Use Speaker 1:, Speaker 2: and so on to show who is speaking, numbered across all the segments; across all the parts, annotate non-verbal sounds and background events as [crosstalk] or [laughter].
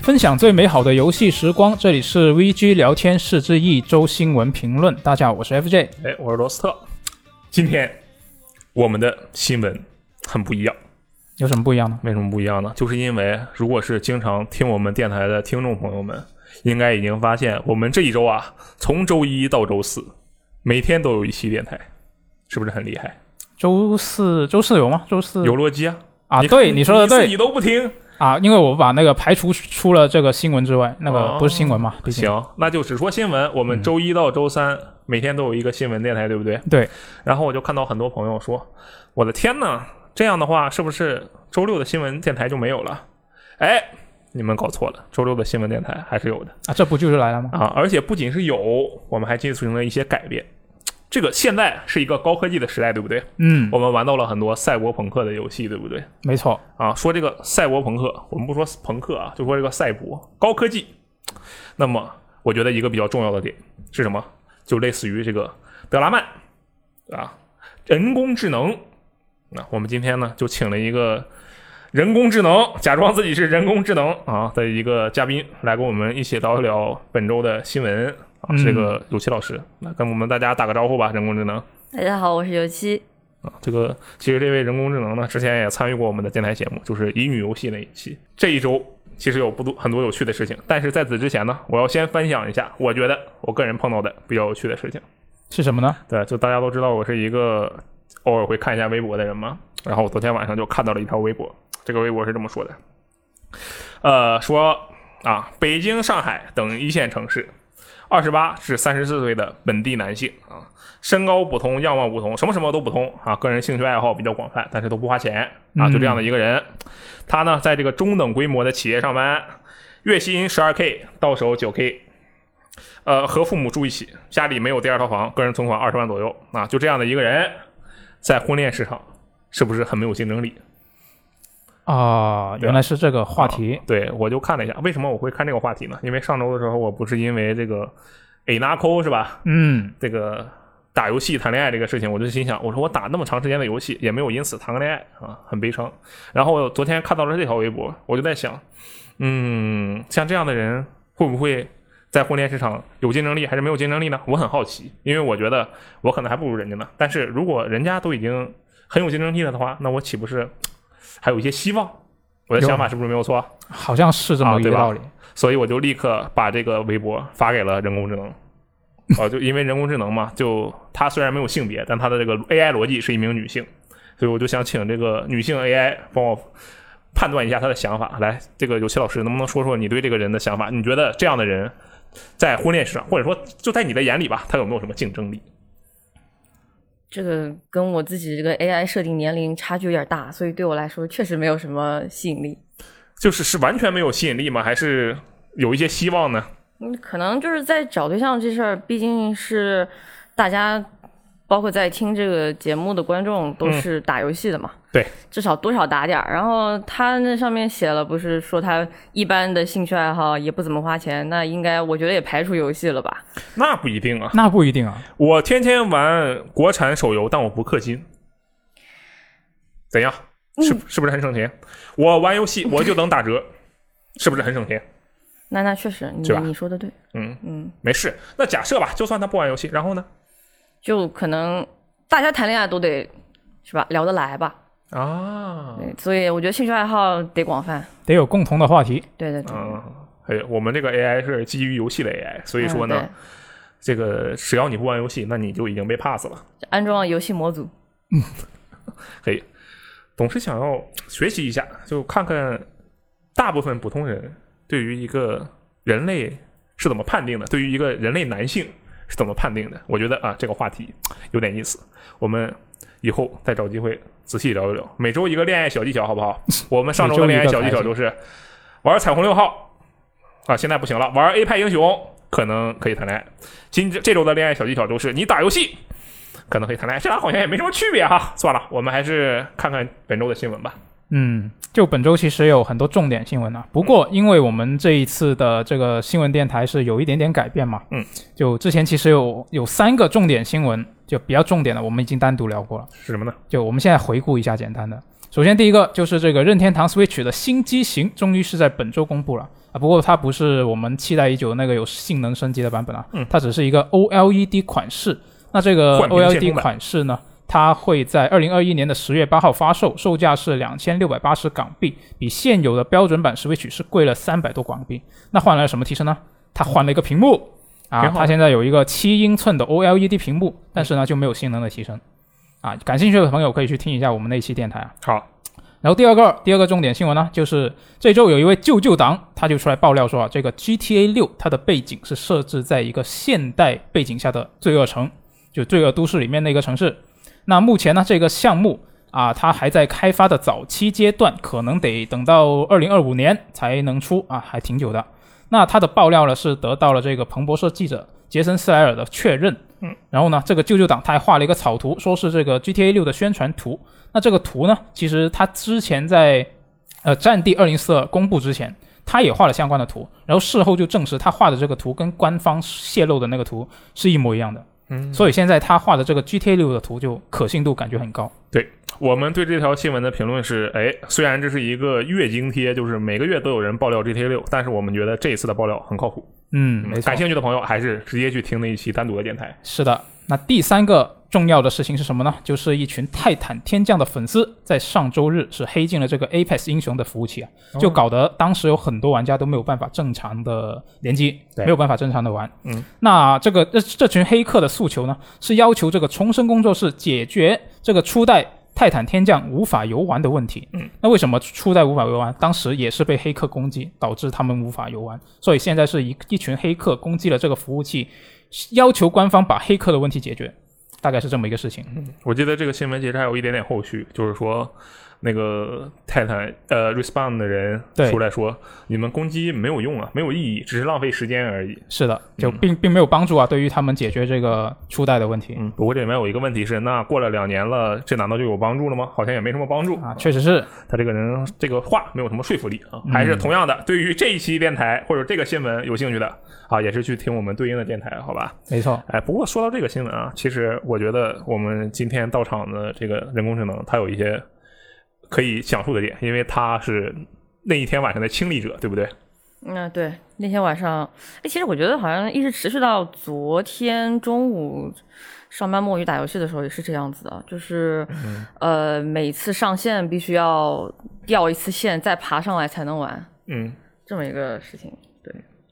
Speaker 1: 分享最美好的游戏时光，这里是 VG 聊天室之一周新闻评论。大家好，我是 FJ。
Speaker 2: 哎，我是罗斯特。今天我们的新闻很不一样，
Speaker 1: 有什么不一样呢？
Speaker 2: 为什么不一样呢？就是因为如果是经常听我们电台的听众朋友们，应该已经发现我们这一周啊，从周一到周四，每天都有一期电台，是不是很厉害？
Speaker 1: 嗯周四，周四有吗？周四
Speaker 2: 有逻辑啊！
Speaker 1: 啊，
Speaker 2: 你看
Speaker 1: 对，你说的
Speaker 2: 你
Speaker 1: 对
Speaker 2: 都不听。
Speaker 1: 啊，因为我把那个排除出了这个新闻之外，那
Speaker 2: 哦
Speaker 1: 个不是嗯新闻嘛？毕竟，
Speaker 2: 行，那就只说新闻。我们周一到周三、每天都有一个新闻电台，对不对？
Speaker 1: 对。
Speaker 2: 然后我就看到很多朋友说：“我的天呐，这样的话是不是周六的新闻电台就没有了？”哎，你们搞错了，周六的新闻电台还是有的
Speaker 1: 啊，这不就是来了吗？
Speaker 2: 啊！而且不仅是有，我们还进行了一些改变。这个现在是一个高科技的时代，对不对？
Speaker 1: 嗯，
Speaker 2: 我们玩到了很多赛博朋克的游戏，对不对？
Speaker 1: 没错，
Speaker 2: 啊，说这个赛博朋克，我们不说朋克啊，就说这个赛博高科技。那么，我觉得一个比较重要的点是什么？就类似于这个德拉曼啊，人工智能。那我们今天呢，就请了一个人工智能，假装自己是人工智能啊的一个嘉宾，来跟我们一起聊一聊本周的新闻啊。是这个有奇老师，那跟我们大家打个招呼吧，人工智能。
Speaker 3: 大家好，我是尤七。
Speaker 2: 啊，这个其实这位人工智能呢，之前也参与过我们的电台节目，就是乙女游戏那一期。这一周其实有不多很多有趣的事情，但是在此之前呢，我要先分享一下我觉得我个人碰到的比较有趣的事情。
Speaker 1: 是什么呢？
Speaker 2: 对，就大家都知道我是一个偶尔会看一下微博的人嘛，然后我昨天晚上就看到了一条微博，这个微博是这么说的，呃，说啊，北京、上海等一线城市，二十八至三十四岁的本地男性啊，身高不同，样貌不同，什么什么都不同啊，个人兴趣爱好比较广泛，但是都不花钱啊，就这样的一个人，他呢在这个中等规模的企业上班，月薪十二 k 到手九 k，呃，和父母住一起，家里没有第二套房，个人存款二十万左右啊，就这样的一个人，在婚恋市场是不是很没有竞争力？
Speaker 1: 啊，
Speaker 2: 对啊啊
Speaker 1: 原来是这个话题
Speaker 2: 对我就看了一下，为什么我会看这个话题呢？因为上周的时候，我不是因为这个 A 拿扣是吧？
Speaker 1: 嗯，
Speaker 2: 这个打游戏谈恋爱这个事情，我就心想，我说我打那么长时间的游戏，也没有因此谈个恋爱啊，很悲伤。然后我昨天看到了这条微博，我就在想，嗯，像这样的人会不会在婚恋市场有竞争力还是没有竞争力呢？我很好奇，因为我觉得我可能还不如人家呢。但是如果人家都已经很有竞争力了的话，那我岂不是还有一些希望？我的
Speaker 1: 有
Speaker 2: 想法是不是没有错啊？
Speaker 1: 好像是这
Speaker 2: 啊
Speaker 1: 么一
Speaker 2: 对
Speaker 1: 个
Speaker 2: 吧
Speaker 1: 道理。
Speaker 2: 所以我就立刻把这个微博发给了人工智能。
Speaker 1: [laughs]
Speaker 2: 啊，就因为人工智能嘛，就它虽然没有性别，但它的这个 AI 逻辑是一名女性，所以我就想请这个女性 AI 帮我判断一下她的想法。来，这个有奇老师，能不能说说你对这个人的想法？你觉得这样的人在婚恋市场，或者说就在你的眼里吧，他有没有什么竞争力？
Speaker 3: 这个跟我自己这个 AI 设定年龄差距有点大，所以对我来说确实没有什么吸引力。
Speaker 2: 就是是完全没有吸引力吗？还是有一些希望呢？
Speaker 3: 嗯，可能就是在找对象这事儿，毕竟是大家包括在听这个节目的观众都是打游戏的嘛，
Speaker 2: 嗯对，
Speaker 3: 至少多少打点儿。然后他那上面写了，不是说他一般的兴趣爱好也不怎么花钱，那应该我觉得也排除游戏了吧？
Speaker 2: 那不一定啊。
Speaker 1: 那不一定啊，
Speaker 2: 我天天玩国产手游，但我不氪金，怎样？
Speaker 3: 嗯
Speaker 2: 是是不是很省钱？我玩游
Speaker 3: [laughs]
Speaker 2: 戏我就能打折，是不是很省钱？
Speaker 3: 那那确实，你
Speaker 2: 是吧
Speaker 3: 你说的对，
Speaker 2: 嗯，
Speaker 3: 嗯。
Speaker 2: 没事。那假设吧，就算他不玩游戏，然后呢？
Speaker 3: 就可能大家谈恋爱都得是吧，聊得来吧。
Speaker 2: 啊，
Speaker 3: 对，所以我觉得兴趣爱好得广泛。
Speaker 1: 得有共同的话题。
Speaker 3: 对对对，
Speaker 2: 嗯，哎呦，我们这个 AI 是基于游戏的 AI，所以说呢，
Speaker 3: 嗯
Speaker 2: 这个只要你不玩游戏，那你就已经被 pass 了。
Speaker 3: 对安装了游戏模组，
Speaker 2: 可以，总是想要学习一下，就看看大部分普通人对于一个人类是怎么判定的，对于一个人类男性是怎么判定的。我觉得啊，这个话题有点意思，我们以后再找机会仔细聊一聊。每周一个恋爱小技巧，好不 [laughs] 好？我们上周的恋爱小技巧就是玩彩虹六号啊，现在不行了，玩 A 派英雄可能可以谈恋爱。今这周的恋爱小技巧就是你打游戏可能可以谈恋爱，这俩好像也没什么区别哈。算了，我们还是看看本周的新闻吧。
Speaker 1: 嗯，就本周其实有很多重点新闻啊，不过因为我们这一次的这个新闻电台是有一点点改变嘛，
Speaker 2: 嗯，
Speaker 1: 就之前其实有有三个重点新闻，就比较重点的我们已经单独聊过了，
Speaker 2: 是什么呢？
Speaker 1: 就我们现在回顾一下简单的。首先第一个就是这个任天堂 Switch 的新机型终于是在本周公布了啊，不过它不是我们期待已久的那个有性能升级的版本啊，
Speaker 2: 嗯
Speaker 1: 它只是一个 OLED 款式。那这个
Speaker 2: 冠名建
Speaker 1: OLED
Speaker 2: 功版
Speaker 1: 款式呢，它会在二零二一年的十月八号发售，售价是两千六百八十港币，比现有的标准版 Switch 是贵了三百多港币。那换来了什么提升呢？它换了一个屏幕啊，
Speaker 2: 挺好
Speaker 1: 它现在有一个七英寸的 OLED 屏幕，但是呢就没有性能的提升啊。感兴趣的朋友可以去听一下我们那一期电台啊。
Speaker 2: 好，
Speaker 1: 然后第二个第二个重点新闻呢，就是这周有一位舅舅党，他就出来爆料说啊，这个 GTA 六它的背景是设置在一个现代背景下的罪恶城，就罪恶都市里面的一个城市。那目前呢，这个项目啊，它还在开发的早期阶段，可能得等到二零二五年才能出啊，还挺久的。那他的爆料呢，是得到了这个彭博社记者杰森斯莱尔的确认。
Speaker 2: 嗯，
Speaker 1: 然后呢，这个舅舅党他还画了一个草图，说是这个 GTA 六的宣传图。那这个图呢，其实他之前在呃《战地二零四二》公布之前，他也画了相关的图，然后事后就证实他画的这个图跟官方泄露的那个图是一模一样的。
Speaker 2: 嗯，
Speaker 1: 所以现在他画的这个 GTA 六的图就可信度感觉很高。
Speaker 2: 我们对这条新闻的评论是：哎，虽然这是一个月经贴，就是每个月都有人爆料 GTA 六，但是我们觉得这一次的爆料很靠谱。
Speaker 1: 嗯，没错
Speaker 2: 感，兴趣的朋友还是直接去听那一期单独的电台。
Speaker 1: 是的。那第三个重要的事情是什么呢？就是一群泰坦天降的粉丝在上周日是黑进了这个 Apex 英雄的服务器啊，
Speaker 2: 哦
Speaker 1: 就搞得当时有很多玩家都没有办法正常的联机，
Speaker 2: 对
Speaker 1: 没有办法正常的玩。
Speaker 2: 嗯，
Speaker 1: 那这个这这群黑客的诉求呢，是要求这个重生工作室解决这个初代。泰坦天降无法游玩的问题，
Speaker 2: 嗯，
Speaker 1: 那为什么初代无法游玩？当时也是被黑客攻击，导致他们无法游玩，所以现在是一一群黑客攻击了这个服务器，要求官方把黑客的问题解决，大概是这么一个事情。
Speaker 2: 我记得这个新闻其实还有一点点后续，就是说那个泰坦呃 Respawn 的人
Speaker 1: 对
Speaker 2: 出来说，你们攻击没有用啊，没有意义，只是浪费时间而已。
Speaker 1: 是的，
Speaker 2: 嗯
Speaker 1: 就并并没有帮助啊，对于他们解决这个初代的问题
Speaker 2: 嗯，不过这里面有一个问题是，那过了两年了，这难道就有帮助了吗？好像也没什么帮助
Speaker 1: 啊，确实是
Speaker 2: 他这个人这个话没有什么说服力啊。还是同样的，对于这一期电台或者这个新闻有兴趣的啊，也是去听我们对应的电台，好吧？
Speaker 1: 没错。
Speaker 2: 哎，不过说到这个新闻啊，其实我觉得我们今天到场的这个人工智能，它有一些可以讲述的点，因为它是那一天晚上的亲历者，对不对？
Speaker 3: 嗯，对，那天晚上，哎，其实我觉得好像一直持续到昨天中午上班摸鱼打游戏的时候也是这样子的，就是、
Speaker 2: 嗯
Speaker 3: 呃，每次上线必须要掉一次线，再爬上来才能玩，
Speaker 2: 嗯，
Speaker 3: 这么一个事情。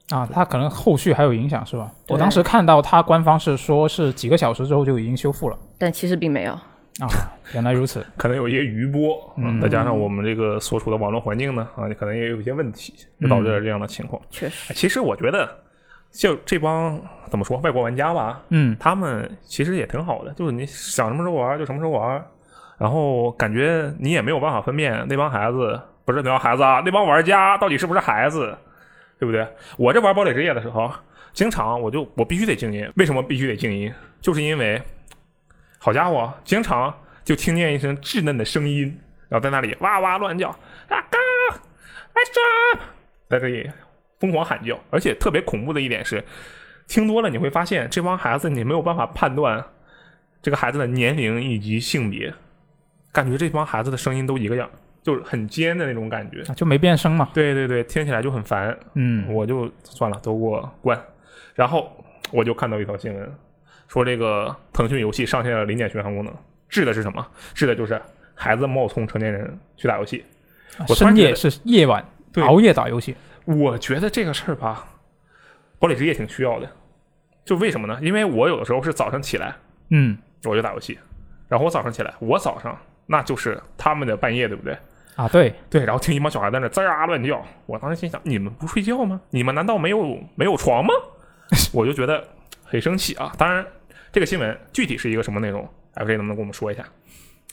Speaker 1: 啊，它可能后续还有影响是吧？
Speaker 3: 对
Speaker 1: 我当时看到它官方是说是几个小时之后就已经修复了
Speaker 3: 但其实并没有，
Speaker 2: [laughs]
Speaker 1: 啊，原来如此。
Speaker 2: 可能有一些余波，嗯，再加上我们这个所处的网络环境呢，啊，可能也有一些问题，就导致了这样的情况。
Speaker 3: 确实，
Speaker 2: 哎其实我觉得，就这帮怎么说外国玩家吧，
Speaker 1: 嗯，
Speaker 2: 他们其实也挺好的，就是你想什么时候玩就什么时候玩，然后感觉你也没有办法分辨那帮孩子不是那帮孩子啊，那帮玩家到底是不是孩子，对不对？我这玩堡垒之夜的时候，经常我就我必须得静音，为什么必须得静音？就是因为，好家伙，经常就听见一声稚嫩的声音，然后在那里哇哇乱叫啊嘎啊抓，在这里疯狂喊叫，而且特别恐怖的一点是，听多了你会发现，这帮孩子你没有办法判断这个孩子的年龄以及性别，感觉这帮孩子的声音都一个样，就是很尖的那种感觉。
Speaker 1: 啊就没变声嘛。
Speaker 2: 对对对，听起来就很烦，
Speaker 1: 嗯，
Speaker 2: 我就算了，都给我关。然后我就看到一条新闻，说这个腾讯游戏上线了零点巡航功能，治的是什么？治的就是孩子冒充成年人去打游戏。我突然
Speaker 1: 深
Speaker 2: 觉
Speaker 1: 夜
Speaker 2: 得
Speaker 1: 是夜晚
Speaker 2: 对
Speaker 1: 熬夜打游戏，
Speaker 2: 我觉得这个事儿吧，堡垒之夜挺需要的。就为什么呢？因为我有的时候是早上起来
Speaker 1: 嗯
Speaker 2: 我就打游戏，然后我早上起来，我早上那就是他们的半夜，对不对？
Speaker 1: 啊，对，
Speaker 2: 对，然后听一帮小孩在那吱啊乱叫，我当时心想：你们不睡觉吗？你们难道没有没有床吗？ [laughs] 我就觉得很生气啊！当然，这个新闻具体是一个什么内容，FJ 能不能跟我们说一下？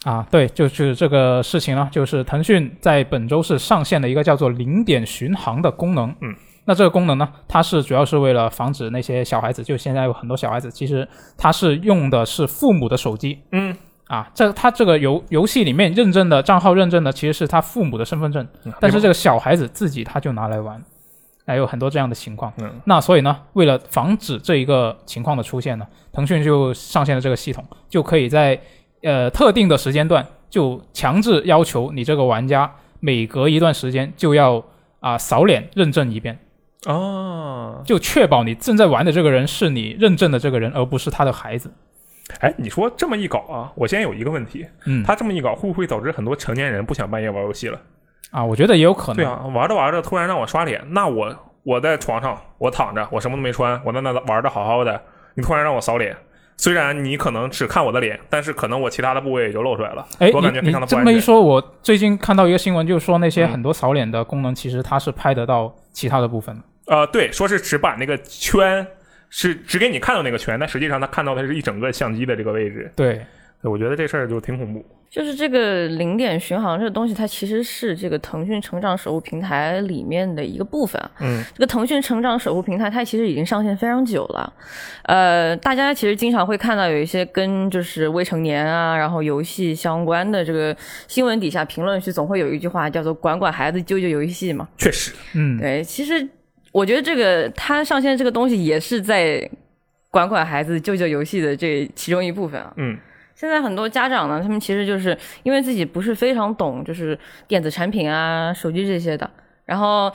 Speaker 1: 啊，对，就是这个事情呢，就是腾讯在本周是上线了一个叫做“零点巡航”的功能。
Speaker 2: 嗯，
Speaker 1: 那这个功能呢，它是主要是为了防止那些小孩子，就现在有很多小孩子，其实他是用的是父母的手机
Speaker 2: 嗯，
Speaker 1: 啊，这他这个游游戏里面认证的账号认证的其实是他父母的身份证，
Speaker 2: 嗯
Speaker 1: 但
Speaker 2: 哎
Speaker 1: 是这个小孩子自己他就拿来玩，还有很多这样的情况。
Speaker 2: 嗯，
Speaker 1: 那所以呢，为了防止这一个情况的出现呢，腾讯就上线了这个系统，就可以在呃特定的时间段就强制要求你这个玩家每隔一段时间就要啊、扫脸认证一遍，
Speaker 2: 哦，
Speaker 1: 就确保你正在玩的这个人是你认证的这个人，而不是他的孩子。
Speaker 2: 哎，你说这么一搞啊，我现在有一个问题，
Speaker 1: 嗯，
Speaker 2: 他这么一搞，会不会导致很多成年人不想半夜玩游戏了？
Speaker 1: 啊，我觉得也有可能。
Speaker 2: 对啊，玩着玩着突然让我刷脸，那我我在床上我躺着，我什么都没穿，我在那玩的好好的，你突然让我扫脸，虽然你可能只看我的脸，但是可能我其他的部位也就露出来了，
Speaker 1: 哎，
Speaker 2: 我感觉
Speaker 1: 你
Speaker 2: 非
Speaker 1: 你
Speaker 2: 常的不
Speaker 1: 这
Speaker 2: 安
Speaker 1: 么一
Speaker 2: 全。
Speaker 1: 说，我最近看到一个新闻，就是说那些
Speaker 2: 嗯
Speaker 1: 很多扫脸的功能，其实它是拍得到其他的部分的。
Speaker 2: 呃，对，说是只把那个圈是只给你看到那个圈，但实际上他看到的是一整个相机的这个位置。
Speaker 1: 对，
Speaker 2: 对我觉得这事儿就挺恐怖。
Speaker 3: 就是这个零点巡航这个东西，它其实是这个腾讯成长守护平台里面的一个部分。啊
Speaker 2: 嗯，
Speaker 3: 这个腾讯成长守护平台它其实已经上线非常久了，呃，大家其实经常会看到有一些跟就是未成年啊，然后游戏相关的这个新闻底下评论区总会有一句话叫做“管管孩子，救救游戏”嘛。
Speaker 2: 确实，
Speaker 1: 嗯，
Speaker 3: 对，其实我觉得这个它上线这个东西也是在管管孩子、救救游戏的这其中一部分啊。
Speaker 2: 嗯，
Speaker 3: 现在很多家长呢，他们其实就是因为自己不是非常懂，就是电子产品啊、手机这些的，然后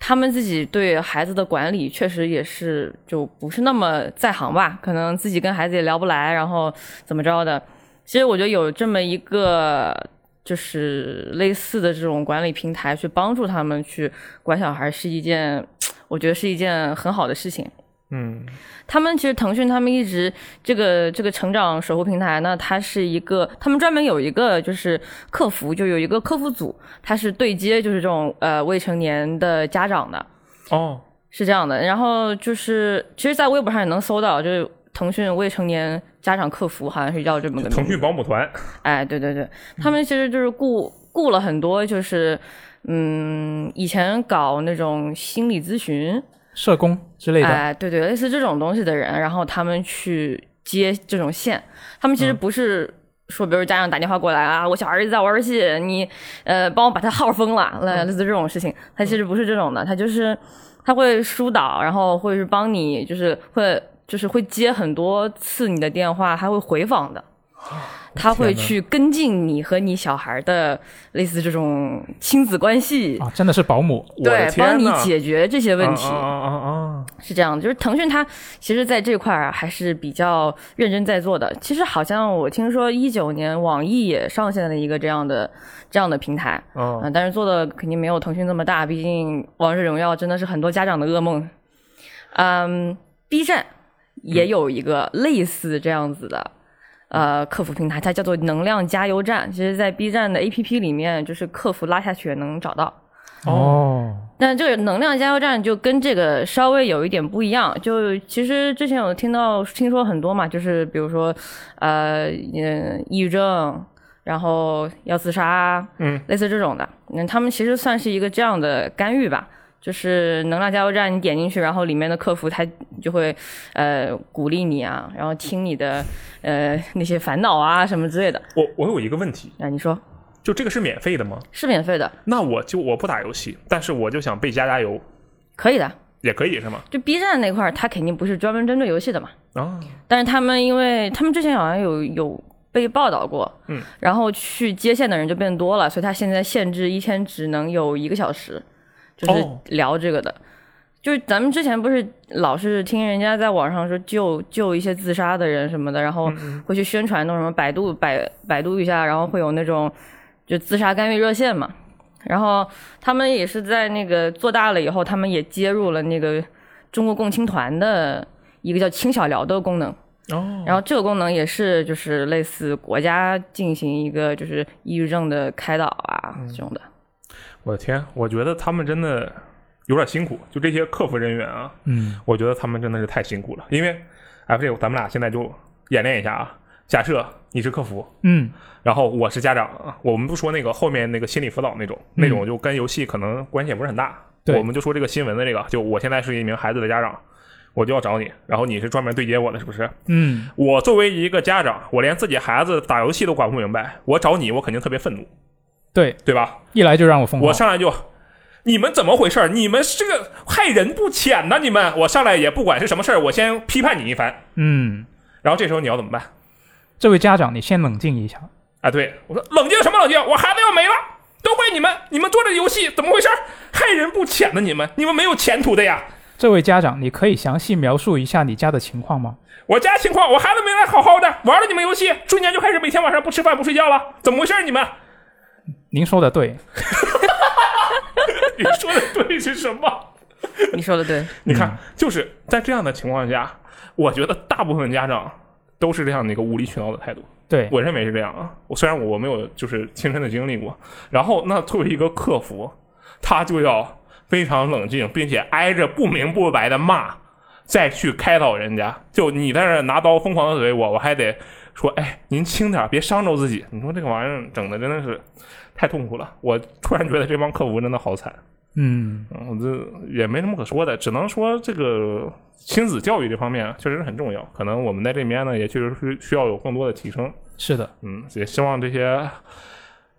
Speaker 3: 他们自己对孩子的管理确实也是就不是那么在行吧，可能自己跟孩子也聊不来，然后怎么着的。其实我觉得有这么一个就是类似的这种管理平台去帮助他们去管小孩，是一件我觉得是一件很好的事情。
Speaker 2: 嗯，
Speaker 3: 他们其实腾讯他们一直这个这个成长守护平台呢，它是一个他们专门有一个就是客服，就有一个客服组，它是对接就是这种呃未成年的家长的，
Speaker 2: 哦，
Speaker 3: 是这样的。然后就是其实，在微博上也能搜到，就是腾讯未成年家长客服好像是叫这么个名字
Speaker 2: 腾讯保姆团，
Speaker 3: 哎，对对对，他们其实就是雇雇了很多就是嗯以前搞那种心理咨询，
Speaker 1: 社工之类的。
Speaker 3: 哎，对对，类似这种东西的人，然后他们去接这种线，他们其实
Speaker 2: 嗯
Speaker 3: 不是说，比如家长打电话过来啊，我小孩一直在玩儿游戏，你呃帮我把他号封了，
Speaker 2: 嗯
Speaker 3: 类类似这种事情，他其实不是这种的，他就是他会疏导，然后会是帮你，就是会就是会接很多次你的电话，还会回访的。他
Speaker 2: 啊
Speaker 3: 会
Speaker 2: 天哪
Speaker 3: 去跟进你和你小孩的类似这种亲子关系，
Speaker 1: 啊，真的是保姆，
Speaker 2: 我的
Speaker 3: 对，帮
Speaker 2: 天
Speaker 3: 你
Speaker 2: 呐
Speaker 3: 解决这些问题。
Speaker 2: 啊啊啊啊！
Speaker 3: 是这样的，就是腾讯它其实在这块儿啊还是比较认真在做的。其实好像我听说一九年网易也上线了一个这样的这样的平台，
Speaker 2: 啊啊
Speaker 3: 嗯、但是做的肯定没有腾讯那么大，毕竟《王者荣耀》真的是很多家长的噩梦。嗯，B 站也有一个类似这样子的。呃，客服平台它叫做能量加油站，其实，在 B 站的 APP 里面，就是客服拉下去也能找到。
Speaker 1: 哦，
Speaker 3: 那这个能量加油站就跟这个稍微有一点不一样，就其实之前有听到听说很多嘛，就是比如说，呃，嗯，抑郁症，然后要自杀，
Speaker 2: 嗯，
Speaker 3: 类似这种的，那他们其实算是一个这样的干预吧。就是能量加油站，你点进去，然后里面的客服他就会，呃，鼓励你啊，然后听你的，呃，那些烦恼啊什么之类的。
Speaker 2: 我我有一个问题，
Speaker 3: 啊，你说
Speaker 2: 就这个是免费的吗？
Speaker 3: 是免费的，
Speaker 2: 那我就我不打游戏，但是我就想被加加油，
Speaker 3: 可以的。
Speaker 2: 也可以是吗？
Speaker 3: 就 B 站那块儿，它肯定不是专门针对游戏的嘛。
Speaker 2: 啊，
Speaker 3: 但是他们因为他们之前好像有有被报道过，
Speaker 2: 嗯，
Speaker 3: 然后去接线的人就变多了，所以他现在限制一天只能有一个小时，就是
Speaker 2: 哦
Speaker 3: 聊这个的。就是咱们之前不是老是听人家在网上说救救一些自杀的人什么的，然
Speaker 2: 嗯
Speaker 3: 后会去宣传那种什么百度百百度一下，然后会有那种就自杀干预热线嘛。然后他们也是在那个做大了以后，他们也接入了那个中国共青团的一个叫“青小聊”的功能。
Speaker 1: 嗯
Speaker 2: 哦，
Speaker 3: 然后这个功能也是就是类似国家进行一个就是抑郁症的开导啊
Speaker 1: 嗯
Speaker 3: 这种的。
Speaker 2: 我的天，我觉得他们真的有点辛苦，就这些客服人员啊，
Speaker 1: 嗯，
Speaker 2: 我觉得他们真的是太辛苦了。因为 F J，咱们俩现在就演练一下啊。假设你是客服，
Speaker 1: 嗯，
Speaker 2: 然后我是家长，啊我们不说那个后面那个心理辅导那种，那种就跟游戏可能关系也不是很大。
Speaker 1: 对
Speaker 2: 我们就说这个新闻的这个，就我现在是一名孩子的家长，我就要找你，然后你是专门对接我的，是不是？
Speaker 1: 嗯，
Speaker 2: 我作为一个家长，我连自己孩子打游戏都管不明白，我找你，我肯定特别愤怒，
Speaker 1: 对，
Speaker 2: 对吧？
Speaker 1: 一来就让我疯
Speaker 2: 我
Speaker 1: 狂。
Speaker 2: 上来就，你们怎么回事儿？你们这个害人不浅呐、你们！我上来也不管是什么事儿，我先批判你一番。
Speaker 1: 嗯，
Speaker 2: 然后这时候你要怎么办？
Speaker 1: 这位家长，你先冷静一下，
Speaker 2: 啊，对我说冷静什么冷静？我孩子要没了，都怪你们！你们做这游戏怎么回事？害人不浅呢！你们，你们没有前途的呀！
Speaker 1: 这位家长，你可以详细描述一下你家的情况吗？
Speaker 2: 我家情况，我孩子没来好好的，玩了你们游戏，瞬间就开始每天晚上不吃饭不睡觉了，怎么回事？你们？ [laughs]
Speaker 1: 您说的对，
Speaker 2: 你说的对是什么？
Speaker 3: 你说的对，
Speaker 2: 你看，就是在这样的情况下，我觉得大部分家长都是这样的一个无理取闹的态度。
Speaker 1: 对，
Speaker 2: 我认为是这样啊。我虽然我没有就是亲身的经历过，然后那作为一个客服，他就要非常冷静，并且挨着不明不白的骂，再去开导人家。就你在那儿拿刀疯狂的怼我，我还得说，哎，您轻点儿，别伤着自己。你说这个玩意儿整的真的是太痛苦了。我突然觉得这帮客服真的好惨。
Speaker 1: 嗯，
Speaker 2: 嗯，我这也没什么可说的，只能说这个亲子教育这方面确实是很重要。可能我们在这边呢，也确实是需要有更多的提升。
Speaker 1: 是的，
Speaker 2: 嗯，也希望这些，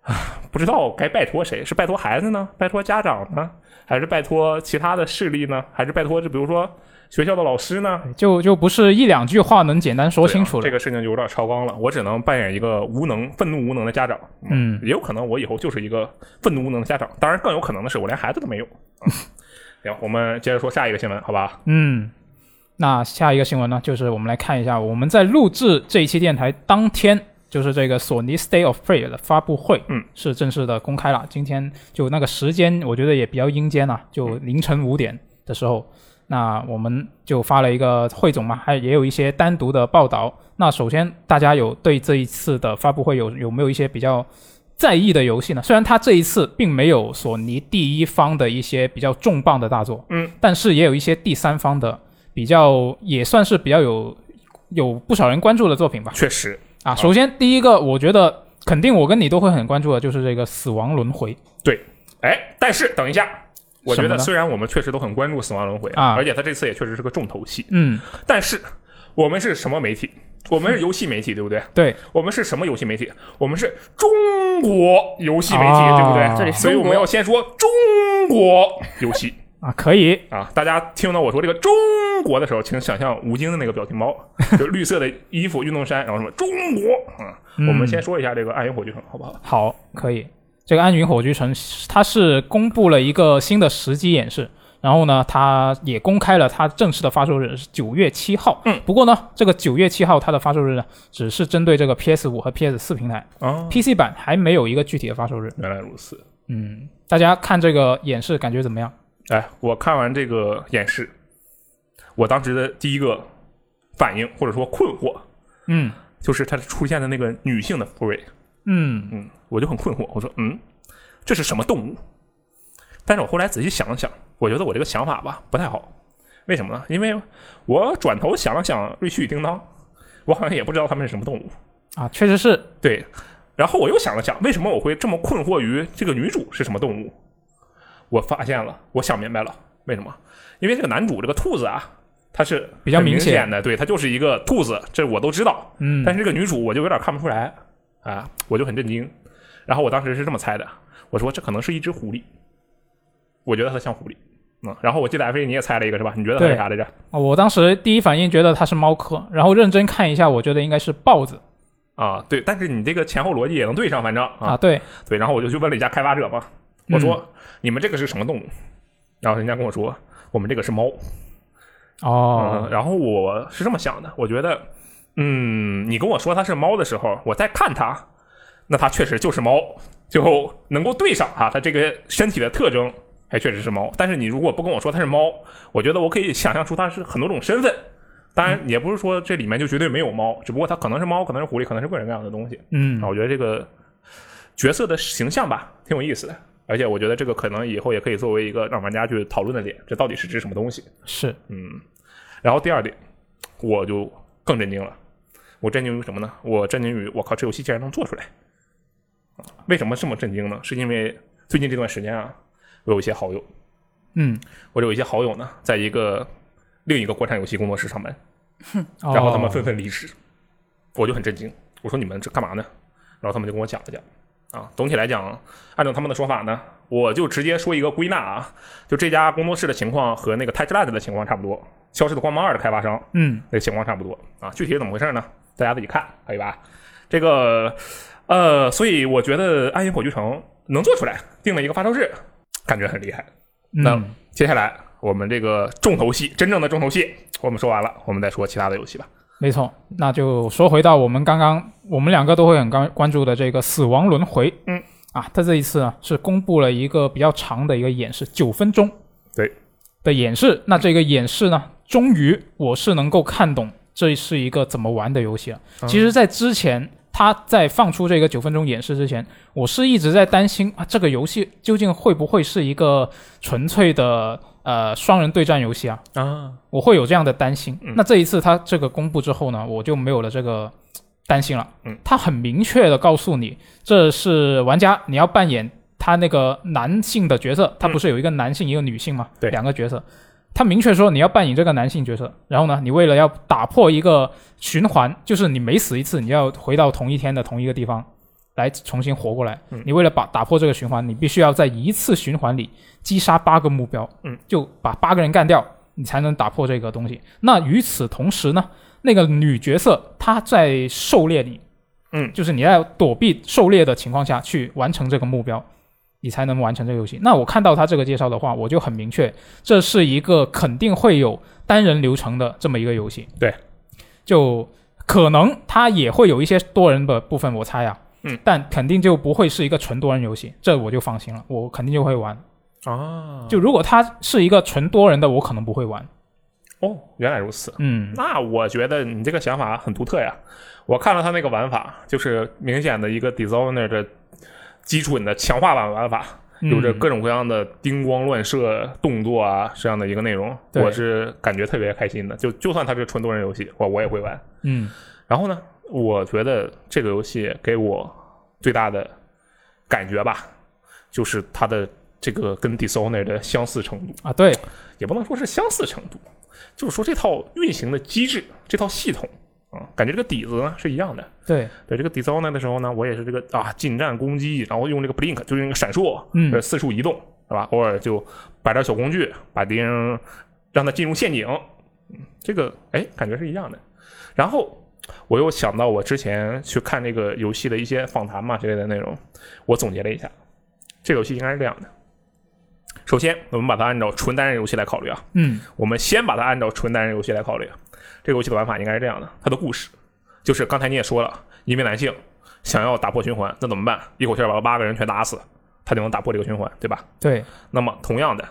Speaker 2: 唉不知道该拜托谁，是拜托孩子呢，拜托家长呢，还是拜托其他的势力呢，还是拜托这比如说学校的老师呢？
Speaker 1: 就就不是一两句话能简单说
Speaker 2: 说
Speaker 1: 清楚的。
Speaker 2: 啊这个事情就有点超纲了，我只能扮演一个无能、愤怒无能的家长。
Speaker 1: 嗯，
Speaker 2: 也有可能我以后就是一个愤怒无能的家长。当然，更有可能的是我连孩子都没有。
Speaker 1: [laughs]
Speaker 2: 嗯行，我们接着说下一个新闻，好吧？
Speaker 1: 嗯，那下一个新闻呢，就是我们来看一下我们在录制这一期电台当天，就是这个索尼 State of Play 的发布会，
Speaker 2: 嗯，
Speaker 1: 是正式的公开了。今天就那个时间，我觉得也比较阴间啊，
Speaker 2: 嗯
Speaker 1: 就凌晨五点的时候，那我们就发了一个汇总嘛，还也有一些单独的报道。那首先，大家有对这一次的发布会有有没有一些比较在意的游戏呢？虽然它这一次并没有索尼第一方的一些比较重磅的大作，
Speaker 2: 嗯，
Speaker 1: 但是也有一些第三方的比较，也算是比较有有不少人关注的作品吧。
Speaker 2: 确实，
Speaker 1: 啊，首先第一个，我觉得肯定我跟你都会很关注的，就是这个《死亡轮回》。
Speaker 2: 哎，但是等一下，我觉
Speaker 1: 什么
Speaker 2: 得
Speaker 1: 呢
Speaker 2: 虽然我们确实都很关注《死亡轮回》
Speaker 1: 啊
Speaker 2: 而且它这次也确实是个重头戏，
Speaker 1: 嗯，
Speaker 2: 但是我们是什么媒体？我们是游戏媒体，对不对？
Speaker 1: 对，
Speaker 2: 我们是什么游戏媒体？我们是中国游戏媒体，
Speaker 1: 啊
Speaker 2: 对不对？
Speaker 1: 这
Speaker 3: 里是
Speaker 2: 所以我们
Speaker 3: 中国
Speaker 2: 要先说中国游戏
Speaker 1: 啊，可以，
Speaker 2: 啊！大家听到我说这个中国的时候，请想象吴京的那个表情包，就绿色的衣服、运动衫，然后什么中国啊、
Speaker 1: 嗯
Speaker 2: 我们先说一下这个《暗影火炬城》，好不好？
Speaker 1: 好，可以。这个《暗云火炬城》它是公布了一个新的实机演示，然后呢，它也公开了它正式的发售日是九月七号。
Speaker 2: 嗯，
Speaker 1: 不过呢，这个九月七号它的发售日呢，只是针对这个 PS 五和 PS 四平台
Speaker 2: 啊，
Speaker 1: ，PC 版还没有一个具体的发售日。
Speaker 2: 原来如此。
Speaker 1: 嗯，大家看这个演示感觉怎么样？
Speaker 2: 哎，我看完这个演示，我当时的第一个反应或者说困惑，
Speaker 1: 嗯
Speaker 2: 就是它出现的那个女性的部位，
Speaker 1: 嗯
Speaker 2: 嗯，我就很困惑，我说，嗯，这是什么动物？但是我后来仔细想了想，我觉得我这个想法吧不太好，为什么呢？因为我转头想了想《瑞奇与叮当》，我好像也不知道它们是什么动物，
Speaker 1: 啊，确实是
Speaker 2: 对。然后我又想了想，为什么我会这么困惑于这个女主是什么动物？我发现了，我想明白了，为什么？因为这个男主这个兔子啊，他是
Speaker 1: 比较
Speaker 2: 很
Speaker 1: 明
Speaker 2: 明
Speaker 1: 显
Speaker 2: 的，对，他就是一个兔子，这我都知道。
Speaker 1: 嗯，
Speaker 2: 但是这个女主我就有点看不出来啊，我就很震惊。然后我当时是这么猜的，我说这可能是一只狐狸，我觉得它像狐狸。嗯，然后我记得艾飞你也猜了一个是吧？你觉得它是
Speaker 1: 对
Speaker 2: 啥来着？
Speaker 1: 哦我当时第一反应觉得它是猫科，然后认真看一下，我觉得应该是豹子
Speaker 2: 啊，对，但是你这个前后逻辑也能对上，反正
Speaker 1: 啊
Speaker 2: 啊，
Speaker 1: 对，
Speaker 2: 对。然后我就去问了一下开发者嘛，我说、你们这个是什么动物？然后人家跟我说我们这个是猫。
Speaker 1: 哦
Speaker 2: 嗯，，然后我是这么想的，我觉得，嗯，你跟我说它是猫的时候，我再看它，那它确实就是猫，就能够对上啊，它这个身体的特征还确实是猫。但是你如果不跟我说它是猫，我觉得我可以想象出它是很多种身份。当然，也不是说这里面就绝对没有猫，只不过它可能是猫，可能是狐狸，可能是各种各样的东西。
Speaker 1: 嗯
Speaker 2: 啊，我觉得这个角色的形象吧，挺有意思的。而且我觉得这个可能以后也可以作为一个让玩家去讨论的点，这到底是指什么东西？
Speaker 1: 是
Speaker 2: 嗯，然后第二点，我就更震惊了。我震惊于什么呢？我震惊于我靠，这游戏竟然能做出来！啊为什么这么震惊呢？是因为最近这段时间啊，我有一些好友，
Speaker 1: 嗯，
Speaker 2: 我有一些好友呢，在一个另一个国产游戏工作室上班，然后他们
Speaker 1: 哦
Speaker 2: 纷纷离职，我就很震惊。我说你们这干嘛呢？然后他们就跟我讲了讲。啊，总体来讲，按照他们的说法呢，我就直接说一个归纳啊，就这家工作室的情况和那个 Touchland 的情况差不多，《消失的光芒二》的开发商
Speaker 1: 嗯
Speaker 2: 那情况差不多啊。具体是怎么回事呢？大家自己看，可以吧？这个呃，所以我觉得《暗影火炬城》能做出来，定了一个发售日，感觉很厉害。那
Speaker 1: 嗯
Speaker 2: 接下来我们这个重头戏，真正的重头戏，我们说完了，我们再说其他的游戏吧。
Speaker 1: 没错，那就说回到我们刚刚我们两个都会很关关注的这个《死亡轮回》。
Speaker 2: 嗯，
Speaker 1: 啊，它这一次啊是公布了一个比较长的一个演示，九分钟。
Speaker 2: 对
Speaker 1: 的演示，那这个演示呢，终于我是能够看懂这是一个怎么玩的游戏了。
Speaker 2: 嗯
Speaker 1: 其实，在之前他在放出这个九分钟演示之前，我是一直在担心啊，这个游戏究竟会不会是一个纯粹的呃双人对战游戏啊？
Speaker 2: 啊，
Speaker 1: 我会有这样的担心。
Speaker 2: 嗯
Speaker 1: 那这一次他这个公布之后呢，我就没有了这个担心了。
Speaker 2: 嗯，
Speaker 1: 他很明确的告诉你，这是玩家你要扮演他那个男性的角色，他不是有一个男性、一个女性吗？
Speaker 2: 嗯对
Speaker 1: 两个角色。他明确说你要扮演这个男性角色，然后呢，你为了要打破一个循环，就是你每死一次，你要回到同一天的同一个地方来重新活过来。
Speaker 2: 嗯
Speaker 1: 你为了把打破这个循环，你必须要在一次循环里击杀八个目标，
Speaker 2: 嗯，
Speaker 1: 就把八个人干掉，你才能打破这个东西。那与此同时呢，那个女角色她在狩猎你，
Speaker 2: 嗯
Speaker 1: 就是你要躲避狩猎的情况下去完成这个目标，你才能完成这个游戏。那我看到他这个介绍的话，我就很明确，这是一个肯定会有单人流程的这么一个游戏。
Speaker 2: 对，
Speaker 1: 就可能它也会有一些多人的部分，我猜啊。
Speaker 2: 嗯，
Speaker 1: 但肯定就不会是一个纯多人游戏，这我就放心了，我肯定就会玩。
Speaker 2: 啊，
Speaker 1: 就如果它是一个纯多人的，我可能不会玩。
Speaker 2: 哦，原来如此。
Speaker 1: 嗯，
Speaker 2: 那我觉得你这个想法很独特呀。我看了他那个玩法，就是明显的一个 Dishonored 的基础的强化版玩法，有着
Speaker 1: 嗯
Speaker 2: 各种各样的叮光乱射、动作啊这样的一个内容，
Speaker 1: 对
Speaker 2: 我是感觉特别开心的。就就算它是纯多人游戏，我我也会玩。
Speaker 1: 嗯
Speaker 2: 然后呢，我觉得这个游戏给我最大的感觉吧，就是它的这个跟 Dishonored 的相似程度。
Speaker 1: 啊，对，
Speaker 2: 也不能说是相似程度，就是说这套运行的机制、这套系统啊、感觉这个底子呢是一样的。
Speaker 1: 对，
Speaker 2: 对这个 d i s o n e 的时候呢，我也是这个啊近战攻击，然后用这个 blink 就是那个闪烁，
Speaker 1: 嗯
Speaker 2: 呃，四处移动，是吧？偶尔就摆点小工具，把敌人让他进入陷阱，嗯这个哎感觉是一样的。然后我又想到我之前去看这个游戏的一些访谈嘛之类的内容，我总结了一下，这个游戏应该是这样的。首先，我们把它按照纯单人游戏来考虑啊，
Speaker 1: 嗯
Speaker 2: 我们先把它按照纯单人游戏来考虑。啊这个游戏的玩法应该是这样的：它的故事就是刚才你也说了，一名男性想要打破循环，那怎么办？一口气儿把八个人全打死，他就能打破这个循环，对吧？
Speaker 1: 对，
Speaker 2: 那么同样的，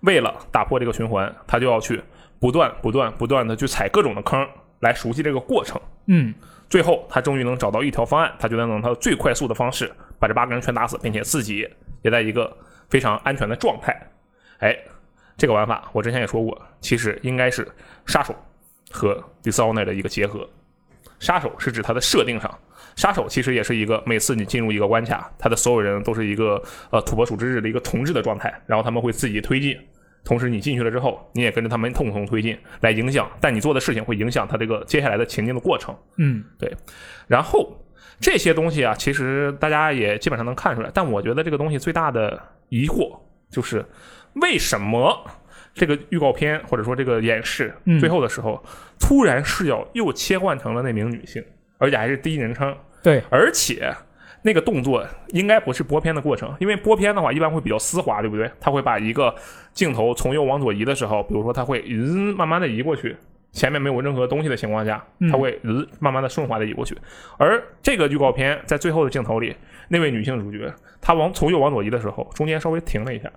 Speaker 2: 为了打破这个循环，他就要去不断、不断、不断的去踩各种的坑，来熟悉这个过程。
Speaker 1: 嗯
Speaker 2: 最后，他终于能找到一条方案，他觉得能他最快速的方式把这八个人全打死，并且自己也在一个非常安全的状态。哎，这个玩法我之前也说过，其实应该是杀手和 Dishonored 的一个结合。杀手是指它的设定上，杀手其实也是一个每次你进入一个关卡，它的所有人都是一个呃土拨鼠之日的一个同志的状态，然后他们会自己推进。同时，你进去了之后，你也跟着他们共同推进，来影响。但你做的事情会影响他这个接下来的情境的过程。
Speaker 1: 嗯
Speaker 2: 然后这些东西啊，其实大家也基本上能看出来，但我觉得这个东西最大的疑惑就是为什么这个预告片或者说这个演示、
Speaker 1: 嗯
Speaker 2: 最后的时候，突然视角又切换成了那名女性，而且还是第一人称，
Speaker 1: 对，
Speaker 2: 而且。那个动作应该不是播片的过程，因为播片的话一般会比较丝滑，对不对？它会把一个镜头从右往左移的时候，比如说它会嗯慢慢的移过去，前面没有任何东西的情况下，
Speaker 1: 嗯
Speaker 2: 它会嗯慢慢的顺滑的移过去。而这个预告片在最后的镜头里，那位女性主角她往从右往左移的时候，中间稍微停了一下，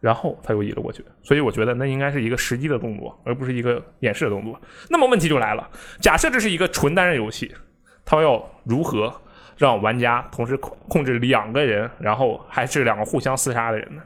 Speaker 2: 然后她又移了过去。所以我觉得那应该是一个实际的动作，而不是一个演示的动作。那么问题就来了，假设这是一个纯单人游戏，它要如何让玩家同时控控制两个人，然后还是两个互相厮杀的人呢？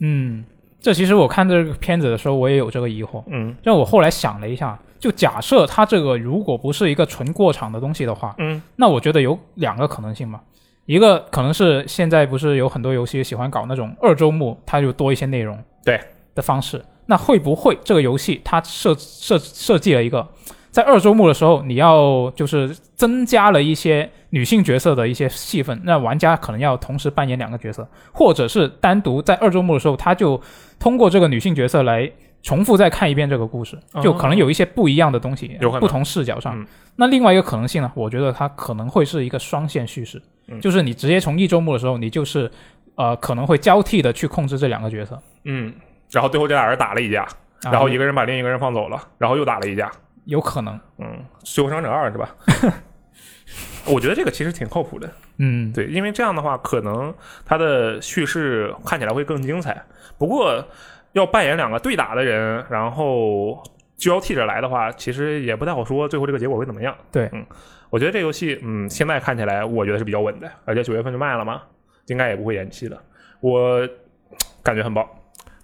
Speaker 1: 嗯，这其实我看这个片子的时候，我也有这个疑惑。
Speaker 2: 嗯
Speaker 1: 就我后来想了一下，就假设它这个如果不是一个纯过场的东西的话，
Speaker 2: 嗯，
Speaker 1: 那我觉得有两个可能性嘛。一个可能是现在不是有很多游戏喜欢搞那种二周目，它就多一些内容
Speaker 2: 对
Speaker 1: 的方式。那会不会这个游戏它设设设计了一个，在二周目的时候，你要就是增加了一些女性角色的一些戏份，那玩家可能要同时扮演两个角色，或者是单独在二周目的时候，他就通过这个女性角色来重复再看一遍这个故事，就可能有一些不一样的东西
Speaker 2: 有可，能
Speaker 1: 不同视角上
Speaker 2: 嗯。
Speaker 1: 那另外一个可能性呢，我觉得它可能会是一个双线叙事
Speaker 2: 嗯，
Speaker 1: 就是你直接从一周目的时候，你就是呃可能会交替的去控制这两个角色，
Speaker 2: 嗯，然后最后这俩人打了一架，
Speaker 1: 啊
Speaker 2: 然后一个人把另一个人放走了，然后又打了一架。
Speaker 1: 有可能，
Speaker 2: 嗯，《最后生还者二》是吧？我觉得这个其实挺靠谱的，
Speaker 1: 嗯，
Speaker 2: 对，因为这样的话，可能它的叙事看起来会更精彩。不过，要扮演两个对打的人，然后交替着来的话，其实也不太好说最后这个结果会怎么样。
Speaker 1: 对
Speaker 2: 嗯，我觉得这游戏，嗯，现在看起来我觉得是比较稳的，而且九月份就卖了嘛，应该也不会延期的。我感觉很棒，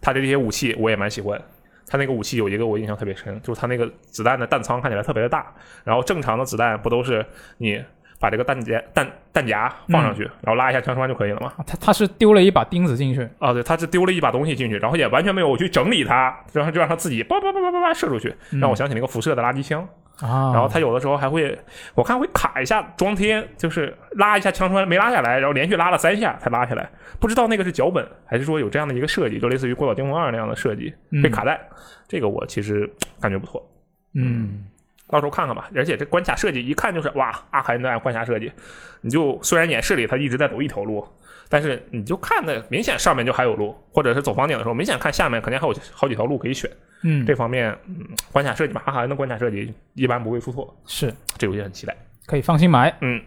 Speaker 2: 它的这些武器我也蛮喜欢。它那个武器有一个我印象特别深，就是它那个子弹的弹仓看起来特别的大，然后正常的子弹不都是你把这个弹夹弹弹夹放上去，然后拉一下枪栓就可以了吗？
Speaker 1: 啊他他是丢了一把钉子进去，
Speaker 2: 啊，对，他是丢了一把东西进去，然后也完全没有我去整理它，然后就让它自己叭叭叭叭叭叭射出去，
Speaker 1: 嗯
Speaker 2: 让我想起那个辐射的垃圾枪。
Speaker 1: 啊，
Speaker 2: 然后他有的时候还会，我看会卡一下装贴，就是拉一下枪栓没拉下来，然后连续拉了三下才拉下来。不知道那个是脚本还是说有这样的一个设计，就类似于《孤岛惊魂二》那样的设计，
Speaker 1: 嗯
Speaker 2: 会卡带。这个我其实感觉不错，
Speaker 1: 嗯
Speaker 2: 到时候看看吧。而且这关卡设计一看就是哇，阿卡恩的关卡设计，你就虽然演示里他一直在走一条路，但是你就看的明显上面就还有路，或者是走房顶的时候，明显看下面肯定还有好几条路可以选。
Speaker 1: 嗯，
Speaker 2: 这方面，嗯，关卡设计嘛，阿卡恩的关卡设计一般不会出错，
Speaker 1: 是
Speaker 2: 这游戏很期待。
Speaker 1: 可以放心买，
Speaker 2: 嗯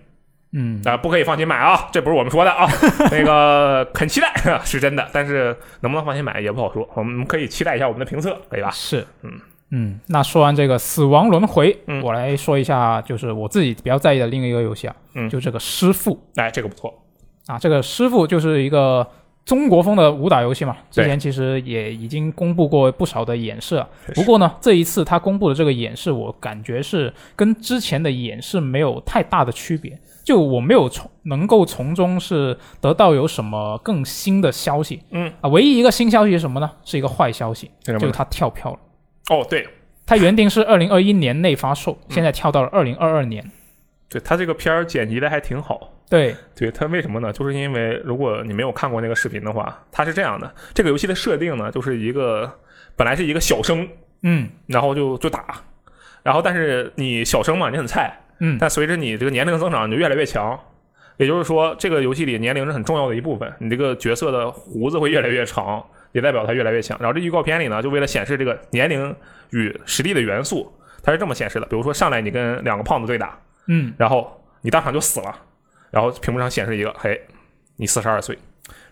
Speaker 1: 嗯
Speaker 2: 啊、不可以放心买啊，这不是我们说的啊，那个很期待是真的，但是能不能放心买也不好说，我们可以期待一下我们的评测，可以吧？
Speaker 1: 是，
Speaker 2: 嗯
Speaker 1: 嗯，那说完这个死亡轮回，
Speaker 2: 嗯
Speaker 1: 我来说一下，就是我自己比较在意的另一个游戏啊，
Speaker 2: 嗯
Speaker 1: 就这个师傅
Speaker 2: 哎，这个不错，
Speaker 1: 啊，这个师傅就是一个中国风的武打游戏嘛，之
Speaker 2: 对
Speaker 1: 前其实也已经公布过不少的演示啊
Speaker 2: 确，实
Speaker 1: 不过呢，这一次他公布的这个演示，我感觉是跟之前的演示没有太大的区别。就我没有从能够从中是得到有什么更新的消息，
Speaker 2: 嗯
Speaker 1: 啊，唯一一个新消息是什么呢？是一个坏消息，
Speaker 2: 这个
Speaker 1: 就是
Speaker 2: 不错
Speaker 1: 他跳票了。
Speaker 2: 哦，对
Speaker 1: 它原定是二零二一年内发售，
Speaker 2: 嗯
Speaker 1: 现在跳到了二零二二年。
Speaker 2: 对，他这个片儿剪辑的还挺好。
Speaker 1: 对，
Speaker 2: 对他为什么呢？就是因为如果你没有看过那个视频的话，它是这样的，这个游戏的设定呢，就是一个本来是一个小生，
Speaker 1: 嗯
Speaker 2: 然后就就打，然后但是你小生嘛，你很菜，
Speaker 1: 嗯，
Speaker 2: 但随着你这个年龄增长，你就越来越强。也就是说，这个游戏里年龄是很重要的一部分。你这个角色的胡子会越来越长，也代表他越来越强。然后这预告片里呢，就为了显示这个年龄与实力的元素，它是这么显示的。比如说上来你跟两个胖子对打，
Speaker 1: 嗯
Speaker 2: 然后你当场就死了，然后屏幕上显示一个，嘿，你四十二岁，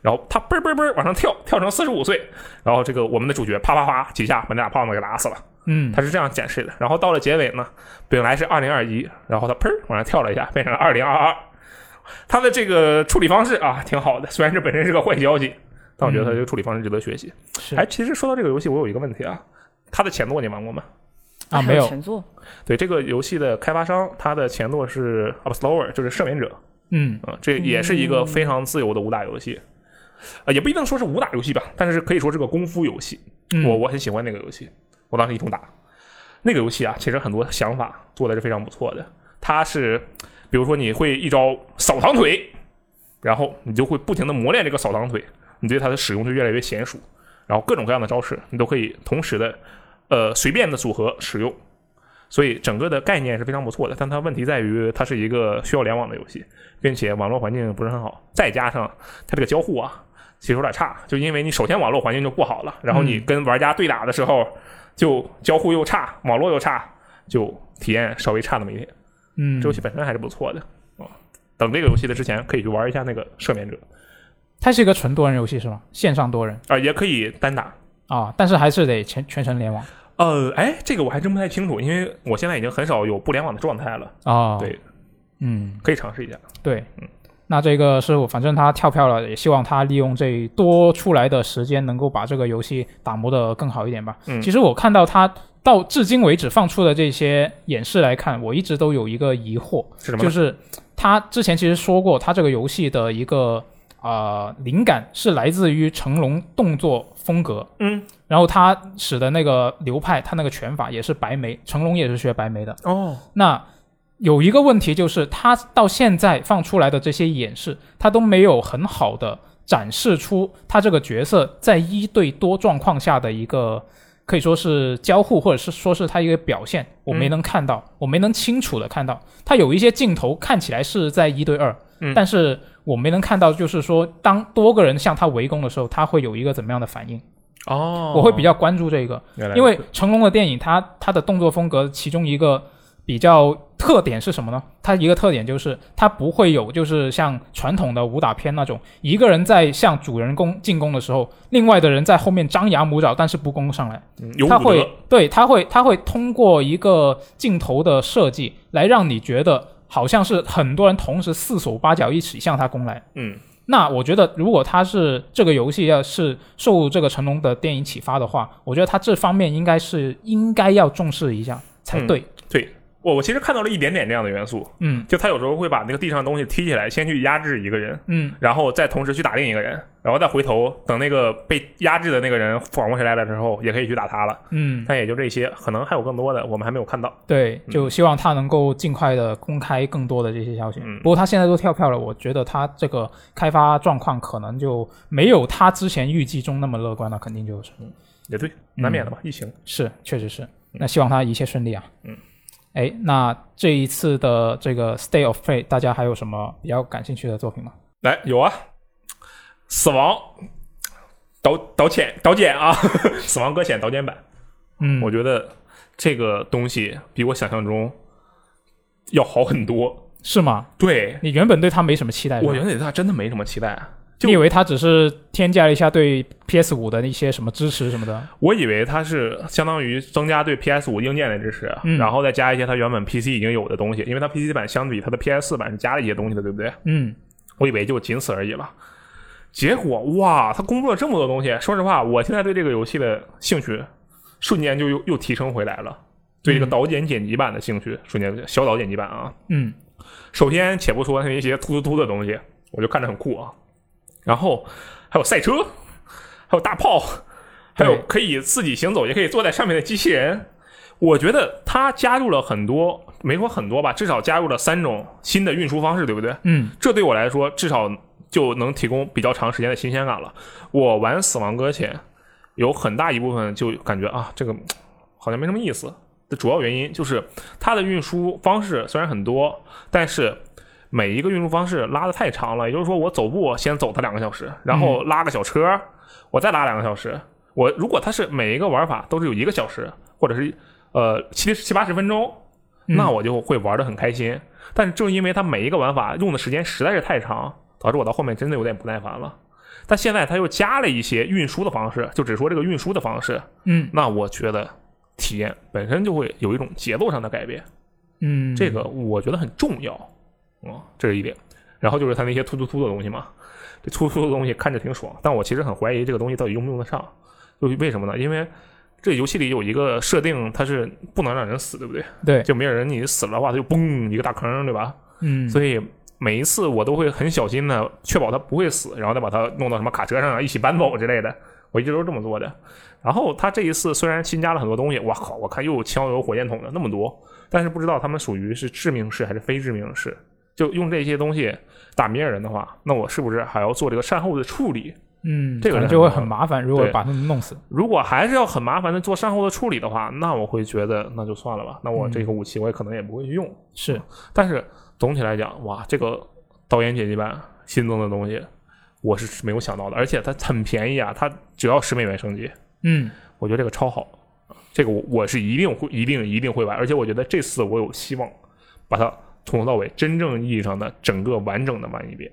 Speaker 2: 然后他嘣儿嘣儿嘣儿往上跳，跳成四十五岁，然后这个我们的主角啪啪啪几下把那俩胖子给打死了。
Speaker 1: 嗯
Speaker 2: 它是这样展示的。然后到了结尾呢，本来是二零二一，然后它砰往上跳了一下，变成了二零二二。它的这个处理方式啊，挺好的，虽然这本身是个坏消息，但我觉得它这个处理方式值得学习。
Speaker 1: 是
Speaker 2: 哎，其实说到这个游戏，我有一个问题啊，它的前作你玩过吗？
Speaker 1: 啊
Speaker 3: 还
Speaker 1: 没有，
Speaker 3: 前作，
Speaker 2: 对，这个游戏的开发商，它的前作是 Upslower，就是赦免者
Speaker 1: 嗯
Speaker 2: 啊、这也是一个非常自由的武打游戏。啊、也不一定说是武打游戏吧，但是可以说是个功夫游戏。
Speaker 1: 嗯，
Speaker 2: 我我很喜欢那个游戏，我当时一通打。那个游戏啊，其实很多想法做的是非常不错的。它是，比如说你会一招扫堂腿，然后你就会不停的磨练这个扫堂腿，你对它的使用就越来越娴熟，然后各种各样的招式你都可以同时的，呃，随便的组合使用。所以整个的概念是非常不错的，但它问题在于它是一个需要联网的游戏，并且网络环境不是很好，再加上它这个交互啊，其实有点差，就因为你首先网络环境就不好了，然后你跟玩家对打的时候，就交互又差，网络又差，就体验稍微差那么一点。
Speaker 1: 嗯
Speaker 2: 这游戏本身还是不错的啊、等这个游戏的之前，可以去玩一下那个赦免者
Speaker 1: 它是一个纯多人游戏是吧？线上多人
Speaker 2: 啊、也可以单打。
Speaker 1: 啊，但是还是得全全程联网
Speaker 2: 呃，哎，这个我还真不太清楚，因为我现在已经很少有不联网的状态了。
Speaker 1: 啊。，
Speaker 2: 对，
Speaker 1: 嗯
Speaker 2: 可以尝试一下。
Speaker 1: 对
Speaker 2: 嗯，
Speaker 1: 那这个师傅反正他跳票了，也希望他利用这多出来的时间，能够把这个游戏打磨得更好一点吧。
Speaker 2: 嗯
Speaker 1: 其实我看到他到至今为止放出的这些演示来看，我一直都有一个疑惑，
Speaker 2: 是什么呢？
Speaker 1: 就是他之前其实说过，他这个游戏的一个呃灵感是来自于成龙动作风格，
Speaker 2: 嗯，
Speaker 1: 然后他使的那个流派，他那个拳法也是白眉，成龙也是学白眉的。
Speaker 2: 哦，
Speaker 1: 那有一个问题就是，他到现在放出来的这些演示，他都没有很好的展示出他这个角色在一对多状况下的一个可以说是交互，或者是说是它一个表现，我没能看到，
Speaker 2: 嗯
Speaker 1: 我没能清楚的看到。它有一些镜头看起来是在一对二，
Speaker 2: 嗯
Speaker 1: 但是我没能看到，就是说当多个人向他围攻的时候，他会有一个怎么样的反应？
Speaker 2: 哦
Speaker 1: 我会比较关注这个，
Speaker 2: 原来
Speaker 1: 因为成龙的电影它，它的动作风格其中一个比较特点是什么呢？它一个特点就是它不会有就是像传统的武打片那种一个人在向主人公进攻的时候，另外的人在后面张牙舞爪，但是不攻上来。
Speaker 2: 嗯有
Speaker 1: 他
Speaker 2: 武
Speaker 1: 会
Speaker 2: 德，
Speaker 1: 对他会他会通过一个镜头的设计来让你觉得好像是很多人同时四手八脚一起向他攻来。
Speaker 2: 嗯
Speaker 1: 那我觉得，如果他是这个游戏要是受这个成龙的电影启发的话，我觉得他这方面应该是应该要重视一下才
Speaker 2: 嗯
Speaker 1: 对。
Speaker 2: 对。我我其实看到了一点点这样的元素，
Speaker 1: 嗯
Speaker 2: 就他有时候会把那个地上的东西踢起来，先去压制一个人，
Speaker 1: 嗯
Speaker 2: 然后再同时去打另一个人，然后再回头等那个被压制的那个人缓过神来了之后，也可以去打他了。
Speaker 1: 嗯，
Speaker 2: 但也就这些，可能还有更多的我们还没有看到。
Speaker 1: 对，就希望他能够尽快的公开更多的这些消息。
Speaker 2: 嗯
Speaker 1: 不过他现在都跳票了，我觉得他这个开发状况可能就没有他之前预计中那么乐观了，肯定就是
Speaker 2: 嗯也对，难免的吧，疫情。
Speaker 1: 是，确实是。那希望他一切顺利啊。
Speaker 2: 嗯。
Speaker 1: 哎，那这一次的这个《State of Play》，大家还有什么比较感兴趣的作品吗？
Speaker 2: 来，有啊，死亡导导潜导剪啊， [laughs] 死亡搁浅导剪版，
Speaker 1: 嗯，
Speaker 2: 我觉得这个东西比我想象中要好很多。哎
Speaker 1: 是吗？
Speaker 2: 对，
Speaker 1: 你原本对他没什么期待是吧，
Speaker 2: 我原本对他真的没什么期待，啊就
Speaker 1: 你以为他只是添加了一下对 PS 五的那些什么支持什么的，
Speaker 2: 我以为它是相当于增加对 PS 五硬件的支持，啊
Speaker 1: 嗯
Speaker 2: 然后再加一些它原本 PC 已经有的东西，因为它 PC 版相比它的 PS 四版是加了一些东西的，对不对？
Speaker 1: 嗯
Speaker 2: 我以为就仅此而已了。结果哇，他公布了这么多东西，说实话，我现在对这个游戏的兴趣瞬间就又又提升回来了，对这个导剪剪辑版的兴趣瞬间小导剪辑版啊，
Speaker 1: 嗯
Speaker 2: 首先，且不说那些突突突的东西，我就看着很酷啊。然后还有赛车，还有大炮，还有
Speaker 1: 对
Speaker 2: 可以自己行走也可以坐在上面的机器人。我觉得它加入了很多，没说很多吧，至少加入了三种新的运输方式，对不对？
Speaker 1: 嗯
Speaker 2: 这对我来说，至少就能提供比较长时间的新鲜感了。我玩《死亡搁浅》，有很大一部分就感觉啊，这个嗯好像没什么意思。的主要原因就是它的运输方式虽然很多，但是每一个运输方式拉的太长了。也就是说，我走步先走它两个小时，然后拉个小车，我再拉两个小时。我如果它是每一个玩法都是有一个小时，或者是呃七七八十分钟，
Speaker 1: 嗯
Speaker 2: 那我就会玩的很开心。但正因为它每一个玩法用的时间实在是太长，导致我到后面真的有点不耐烦了。但现在它又加了一些运输的方式，就只说这个运输的方式，
Speaker 1: 嗯
Speaker 2: 那我觉得体验本身就会有一种节奏上的改变，
Speaker 1: 嗯，
Speaker 2: 这个我觉得很重要啊、嗯这是一点。然后就是它那些突突突的东西嘛，这突突的东西看着挺爽，但我其实很怀疑这个东西到底用不用得上，就是为什么呢？因为这游戏里有一个设定，它是不能让人死，对不对？
Speaker 1: 对，
Speaker 2: 就没有人你死了的话，它就嘣一个大坑，对吧？
Speaker 1: 嗯，
Speaker 2: 所以每一次我都会很小心的确保它不会死，然后再把它弄到什么卡车上啊一起搬走之类的。我一直都是这么做的。然后它这一次虽然新加了很多东西，哇靠！我看又有枪又有火箭筒的那么多，但是不知道他们属于是致命式还是非致命式。就用这些东西打灭人的话，那我是不是还要做这个善后的处理？
Speaker 1: 嗯，
Speaker 2: 这个
Speaker 1: 可能
Speaker 2: 人
Speaker 1: 就会
Speaker 2: 很
Speaker 1: 很麻烦，如果
Speaker 2: 对
Speaker 1: 把他们弄死，
Speaker 2: 如果还是要很麻烦的做善后的处理的话，那我会觉得那就算了吧。那我这个武器我也可能也不会去用。
Speaker 1: 是
Speaker 2: 但是总体来讲，哇，这个导演剪辑版新增的东西，我是没有想到的，而且它很便宜啊，它只要十美元升级，
Speaker 1: 嗯
Speaker 2: 我觉得这个超好，这个我我是一定会一定一定会玩，而且我觉得这次我有希望把它从头到尾真正意义上的整个完整的玩一遍，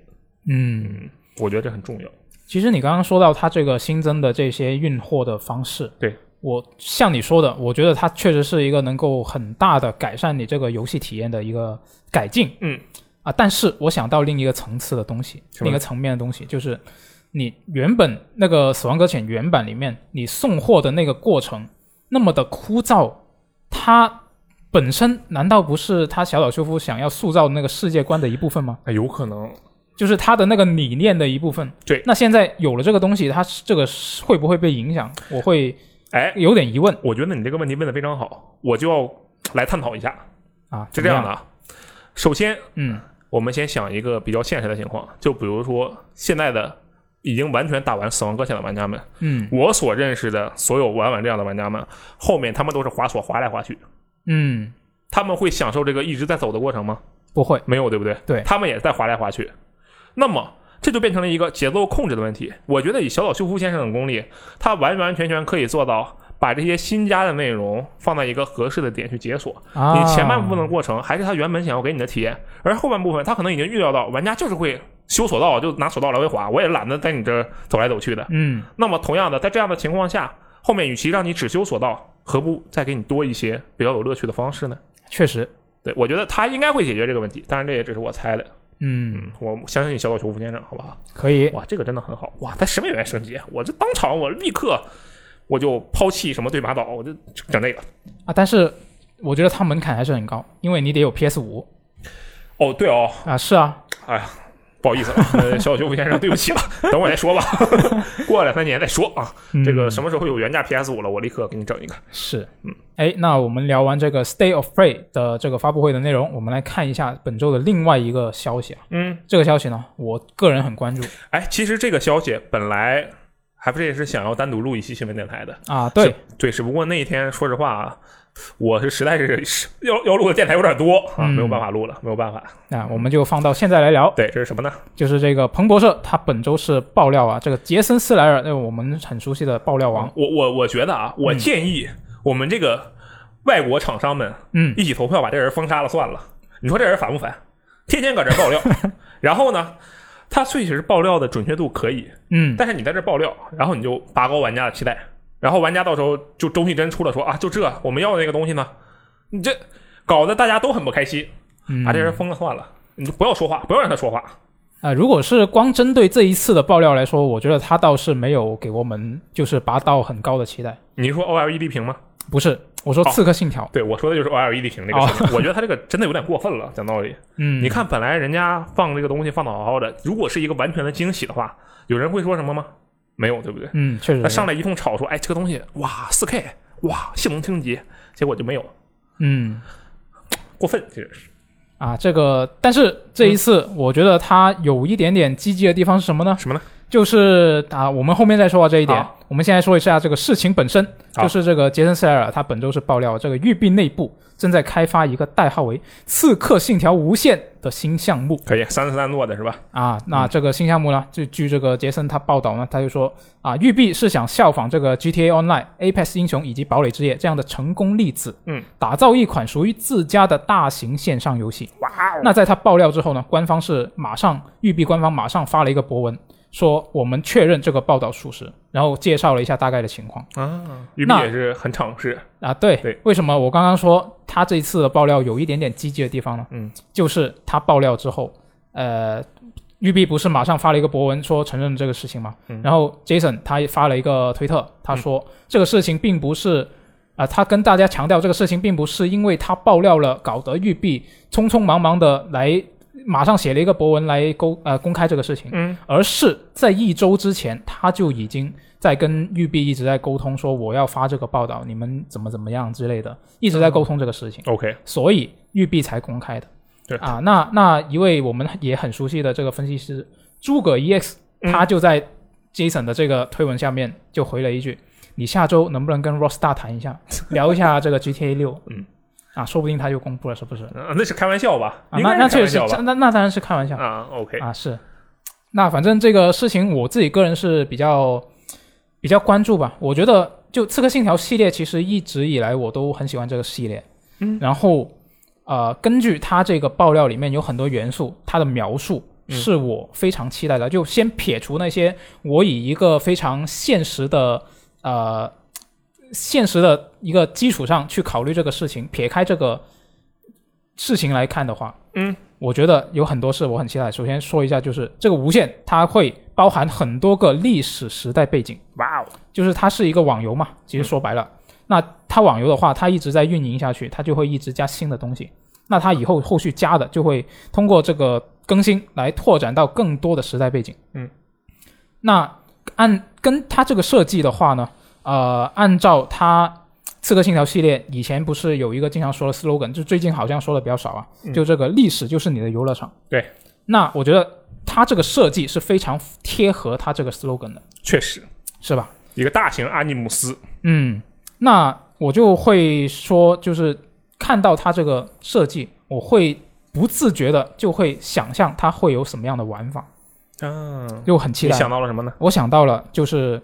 Speaker 1: 嗯。
Speaker 2: 嗯，我觉得这很重要，
Speaker 1: 其实你刚刚说到它这个新增的这些运货的方式，
Speaker 2: 对
Speaker 1: 我像你说的，我觉得它确实是一个能够很大的改善你这个游戏体验的一个改进。
Speaker 2: 嗯
Speaker 1: 啊，但是我想到另一个层次的东西，
Speaker 2: 什么
Speaker 1: 另一个层面的东西，就是你原本那个《死亡搁浅》原版里面你送货的那个过程那么的枯燥，它本身难道不是他小岛修夫想要塑造的那个世界观的一部分吗？
Speaker 2: 那有可能
Speaker 1: 就是他的那个理念的一部分。
Speaker 2: 对
Speaker 1: 那现在有了这个东西，它这个会不会被影响？我会
Speaker 2: 哎，
Speaker 1: 有点疑问
Speaker 2: 我觉得你这个问题问的非常好，我就要来探讨一下，
Speaker 1: 啊。
Speaker 2: 是这样
Speaker 1: 怎么
Speaker 2: 的啊，首先
Speaker 1: 嗯
Speaker 2: 我们先想一个比较现实的情况，就比如说现在的已经完全打完死亡搁浅的玩家们，
Speaker 1: 嗯
Speaker 2: 我所认识的所有玩玩这样的玩家们，后面他们都是滑索滑来滑去，
Speaker 1: 嗯，
Speaker 2: 他们会享受这个一直在走的过程吗？
Speaker 1: 不会，
Speaker 2: 没有，对不对？
Speaker 1: 对
Speaker 2: 他们也在滑来滑去。那么这就变成了一个节奏控制的问题。我觉得以小岛秀夫先生的功力，他完完全全可以做到把这些新加的内容放在一个合适的点去解锁。
Speaker 1: 啊，
Speaker 2: 你前半部分的过程还是他原本想要给你的体验，而后半部分他可能已经预料到玩家就是会修索道，就拿索道来回滑，我也懒得在你这儿走来走去的。
Speaker 1: 嗯
Speaker 2: 那么同样的，在这样的情况下，后面与其让你只修索道，何不再给你多一些比较有乐趣的方式呢？
Speaker 1: 确实，
Speaker 2: 对，我觉得他应该会解决这个问题，当然这也只是我猜的。
Speaker 1: 嗯
Speaker 2: 嗯，我相信小岛球夫先生，好不好？
Speaker 1: 可以，
Speaker 2: 哇，这个真的很好哇！才十美元升级，啊我这当场我立刻我就抛弃什么对马岛，我就整这个。
Speaker 1: 啊，但是我觉得它门槛还是很高，因为你得有 PS 五
Speaker 2: 哦，对哦，
Speaker 1: 啊。是啊，
Speaker 2: 不好意思啊，呃小岛球夫先生，对不起了，等我再说吧， [laughs] 过两三年再说啊。这个什
Speaker 1: 么
Speaker 2: 么时候有原价 PS 五了，我立刻给你整一个。
Speaker 1: 嗯是？
Speaker 2: 嗯，
Speaker 1: 哎，那我们聊完这个 State of Play 的这个发布会的内容，我们来看一下本周的另外一个消息啊。
Speaker 2: 嗯，
Speaker 1: 这个消息呢，我个人很关注
Speaker 2: 哎，其实这个消息本来还不是也是想要单独录一期新闻电台的，
Speaker 1: 啊。对
Speaker 2: 是，对，只不过那一天说实话啊，我是实在是是要 [laughs] 要录的电台有点多啊，
Speaker 1: 嗯
Speaker 2: 没有办法录了，没有办法。
Speaker 1: 那我们就放到现在来聊，
Speaker 2: 对，这是什么呢？
Speaker 1: 就是这个彭博社他本周是爆料啊，这个杰森斯莱尔，那我们很熟悉的爆料王，
Speaker 2: 我我我觉得啊，我建议我们这个外国厂商们
Speaker 1: 嗯
Speaker 2: 一起投票把这人封杀了算了。你说这人烦不烦？天天搁这
Speaker 1: [laughs]
Speaker 2: 爆料，然后呢，他虽是爆料的准确度可以，
Speaker 1: 嗯
Speaker 2: 但是你在这爆料，然后你就拔高玩家的期待，然后玩家到时候就东西真出了说啊，就这我们要的那个东西呢，你这搞得大家都很不开心，
Speaker 1: 嗯
Speaker 2: 把这人封了算了，你就不要说话，不要让他说话。
Speaker 1: 呃，如果是光针对这一次的爆料来说，我觉得他倒是没有给我们就是拔到很高的期待。
Speaker 2: 你是说 OLED 屏吗？
Speaker 1: 不是，我说
Speaker 2: 哦
Speaker 1: 《刺客信条》
Speaker 2: 对，我说的就是 OLED 屏这个
Speaker 1: 哦
Speaker 2: 事情。我觉得他这个真的有点过分了，讲道理。
Speaker 1: 嗯，
Speaker 2: 你，看，本来人家放这个东西放的好好的，如果是一个完全的惊喜的话，有人会说什么吗？没有，对不对？
Speaker 1: 嗯，确实，
Speaker 2: 他上来一通吵说，哎，这个东西哇，4 K，哇，性能升级，结果就没有，
Speaker 1: 嗯
Speaker 2: 过分，其实是。
Speaker 1: 啊，这个，但是这一次我觉得他有一点点积极的地方是什么呢？
Speaker 2: 什么呢？
Speaker 1: 就是啊，我们后面再说到这一点
Speaker 2: 好。
Speaker 1: 我们先来说一下这个事情本身，
Speaker 2: 好
Speaker 1: 就是这个杰森·塞尔他本周是爆料，这个育碧内部正在开发一个代号为《刺客信条：无限》的新项目。
Speaker 2: 可以，三十三做的是吧？
Speaker 1: 啊，
Speaker 2: 嗯
Speaker 1: 那这个新项目呢，就据这个杰森他报道呢，他就说啊，育碧是想效仿这个 GTA Online、Apex 英雄以及堡垒之夜这样的成功例子，
Speaker 2: 嗯，
Speaker 1: 打造一款属于自家的大型线上游戏。
Speaker 2: 哇哦！
Speaker 1: 那在他爆料之后呢，官方是马上，育碧官方马上发了一个博文，说我们确认这个报道属实，然后介绍了一下大概的情况。
Speaker 2: 啊，育碧
Speaker 1: 那
Speaker 2: 也是很尝试，
Speaker 1: 啊，对，
Speaker 2: 对
Speaker 1: 为什么我刚刚说他这一次的爆料有一点点积极的地方呢？
Speaker 2: 嗯，
Speaker 1: 就是他爆料之后，呃，育碧不是马上发了一个博文说承认这个事情吗？
Speaker 2: 嗯
Speaker 1: 然后 Jason 他也发了一个推特，他说、这个事情并不是。啊、他跟大家强调，这个事情并不是因为他爆料了，搞得育碧匆匆忙忙的来，马上写了一个博文来公呃公开这个事情，
Speaker 2: 嗯，
Speaker 1: 而是在一周之前，他就已经在跟育碧一直在沟通，说我要发这个报道，你们怎么怎么样之类的，一
Speaker 2: 哦
Speaker 1: 直在沟通这个事情，
Speaker 2: OK，
Speaker 1: 所以育碧才公开的。
Speaker 2: 对
Speaker 1: 啊，那那一位我们也很熟悉的这个分析师诸葛 EX，
Speaker 2: 嗯
Speaker 1: 他就在 Jason 的这个推文下面就回了一句：“你下周能不能跟 Rockstar 谈一
Speaker 2: [laughs]
Speaker 1: 下，聊一下这个 GTA 六？”
Speaker 2: 嗯，
Speaker 1: 啊，说不定他就公布了，是不是？
Speaker 2: 呃那是开玩笑吧？
Speaker 1: 啊，
Speaker 2: 应
Speaker 1: 那
Speaker 2: 该
Speaker 1: 那
Speaker 2: 是开
Speaker 1: 确
Speaker 2: 玩
Speaker 1: 实
Speaker 2: 笑
Speaker 1: 是，
Speaker 2: 吧？
Speaker 1: 那那当然是开玩笑。
Speaker 2: 啊，OK，
Speaker 1: 啊，是。那反正这个事情我自己个人是比较比较关注吧。我觉得就《刺客信条》系列，其实一直以来我都很喜欢这个系列。
Speaker 2: 嗯。
Speaker 1: 然后，呃，根据它这个爆料里面有很多元素，它的描述
Speaker 2: 嗯
Speaker 1: 是我非常期待的。就先撇除那些我以一个非常现实的呃现实的一个基础上去考虑这个事情，撇开这个事情来看的话，
Speaker 2: 嗯，
Speaker 1: 我觉得有很多事我很期待。首先说一下，就是这个无限它会包含很多个历史时代背景，
Speaker 2: 哇哦，
Speaker 1: 就是它是一个网游嘛，其
Speaker 2: 嗯
Speaker 1: 实说白了，那它网游的话，它一直在运营下去，它就会一直加新的东西。那它以后后续加的就会通过这个更新来拓展到更多的时代背景。
Speaker 2: 嗯，
Speaker 1: 那按跟它这个设计的话呢，呃，按照它《刺客信条》系列以前不是有一个经常说的 slogan，就最近好像说的比较少啊，
Speaker 2: 嗯
Speaker 1: 就这个历史就是你的游乐场。
Speaker 2: 对，
Speaker 1: 那我觉得它这个设计是非常贴合它这个 slogan 的，
Speaker 2: 确实
Speaker 1: 是吧？
Speaker 2: 一个大型阿尼姆斯，
Speaker 1: 嗯，那我就会说，就是看到它这个设计，我会不自觉的就会想象它会有什么样的玩法，
Speaker 2: 嗯，
Speaker 1: 就很期
Speaker 2: 你
Speaker 1: 待。
Speaker 2: 想到了什么呢？
Speaker 1: 我想到了，就是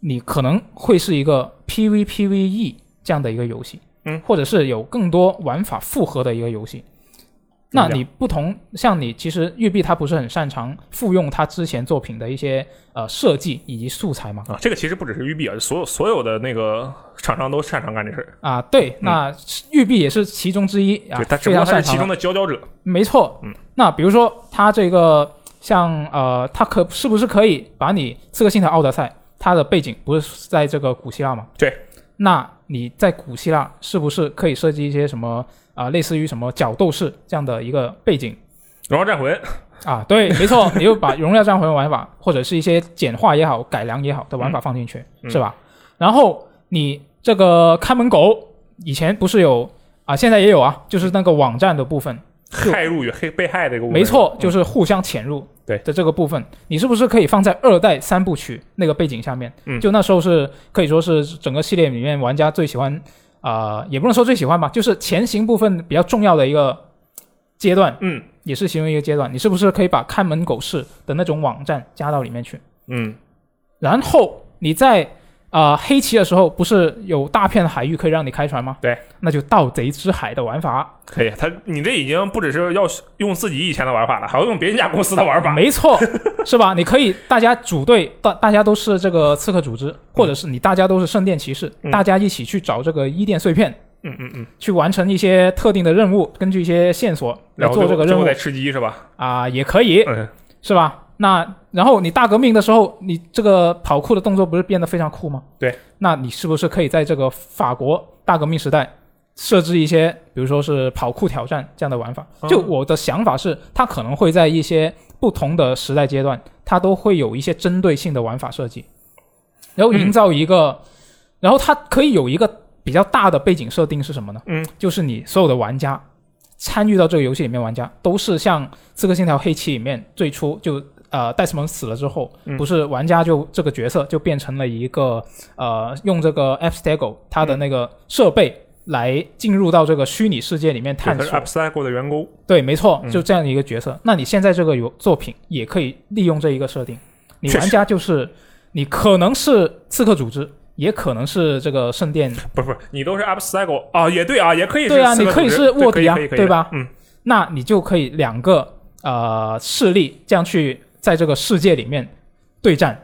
Speaker 1: 你可能会是一个 PVPVE E 这样的一个游戏，
Speaker 2: 嗯
Speaker 1: 或者是有更多玩法复合的一个游戏。
Speaker 2: 怎
Speaker 1: 那
Speaker 2: 么讲
Speaker 1: 你不同，像你其实育碧它不是很擅长复用它之前作品的一些呃设计以及素材嘛？
Speaker 2: 啊，这个其实不只是育碧啊，所有所有的那个厂商都擅长干这事儿，
Speaker 1: 啊，对，那育碧也是其中之一啊
Speaker 2: 嗯对，，他只
Speaker 1: 非
Speaker 2: 不
Speaker 1: 常
Speaker 2: 过他
Speaker 1: 擅
Speaker 2: 是其
Speaker 1: 长
Speaker 2: 中
Speaker 1: 的。
Speaker 2: 的佼佼者，
Speaker 1: 没错，
Speaker 2: 嗯，
Speaker 1: 那比如说它这个像呃，它可是不是可以把你《刺客信条：奥德赛》它的背景不是在这个古希腊吗？
Speaker 2: 对，
Speaker 1: 那你在古希腊是不是可以设计一些什么啊、类似于什么角斗士这样的一个背景？
Speaker 2: 荣耀战魂，
Speaker 1: 啊，对，没错，你就把《荣耀战魂》玩法，或者是一些简化也好、改良也好的玩法放进去，
Speaker 2: 嗯
Speaker 1: 是吧？然后你这个看门狗以前不是有啊，现在也有啊，就是那个网站的部分，就
Speaker 2: 害入与黑被害的一个部分，
Speaker 1: 没错，就是是互相潜入
Speaker 2: 嗯对
Speaker 1: 的这个部分，你是不是可以放在二代三部曲那个背景下面？
Speaker 2: 嗯
Speaker 1: 就那时候是可以说是整个系列里面玩家最喜欢啊、也不能说最喜欢吧，就是前行部分比较重要的一个阶段，
Speaker 2: 嗯
Speaker 1: 也是其中一个阶段，你是不是可以把看门狗式的那种网站加到里面去？
Speaker 2: 嗯，
Speaker 1: 然后你在啊、呃黑棋的时候，不是有大片的海域可以让你开船吗？
Speaker 2: 对，
Speaker 1: 那就盗贼之海的玩法，
Speaker 2: 可以，他你这已经不只是要用自己以前的玩法了，还要用别人家公司的玩法，
Speaker 1: 没错， [laughs] 是吧？你可以大家组队，大大家都是这个刺客组织，或者是你大家都是圣殿骑士，
Speaker 2: 嗯
Speaker 1: 大家一起去找这个伊甸碎片，
Speaker 2: 嗯嗯嗯，
Speaker 1: 去完成一些特定的任务，根据一些线索来
Speaker 2: 然后
Speaker 1: 做
Speaker 2: 最
Speaker 1: 这
Speaker 2: 后
Speaker 1: 个
Speaker 2: 最
Speaker 1: 任
Speaker 2: 后
Speaker 1: 务
Speaker 2: 再吃鸡是吧？
Speaker 1: 啊、也可以。
Speaker 2: 嗯，
Speaker 1: 是吧？那然后你大革命的时候，你这个跑酷的动作不是变得非常酷吗？
Speaker 2: 对，
Speaker 1: 那你是不是可以在这个法国大革命时代设置一些，比如说是跑酷挑战这样的玩法？
Speaker 2: 哦
Speaker 1: 就我的想法是，它可能会在一些不同的时代阶段，它都会有一些针对性的玩法设计，然后营造一个，然后它可以有一个比较大的背景设定是什么呢？
Speaker 2: 嗯，
Speaker 1: 就是你所有的玩家参与到这个游戏里面，玩家都是像《刺客信条：黑旗》里面最初就呃戴斯蒙死了之后，
Speaker 2: 嗯
Speaker 1: 不是玩家就这个角色就变成了一个呃用这个 Abstergo 它的那个设备来进入到这个虚拟世界里面探
Speaker 2: 他是
Speaker 1: 索
Speaker 2: Upcycle 的员工，
Speaker 1: 对，没错，
Speaker 2: 嗯
Speaker 1: 就这样的一个角色。那你现在这个有作品也可以利用这一个设定，你
Speaker 2: 确
Speaker 1: 玩
Speaker 2: 实
Speaker 1: 家就是你可能是刺客组织，也可能是这个圣殿。
Speaker 2: 不是不是，你都是 Upcycle 啊，也对啊，也可以是
Speaker 1: 对啊
Speaker 2: 四个
Speaker 1: 你可以
Speaker 2: 组织
Speaker 1: 是卧底啊
Speaker 2: 对可以可以
Speaker 1: 对吧
Speaker 2: 可以的嗯，
Speaker 1: 那你就可以两个呃势力这样去在这个世界里面对战，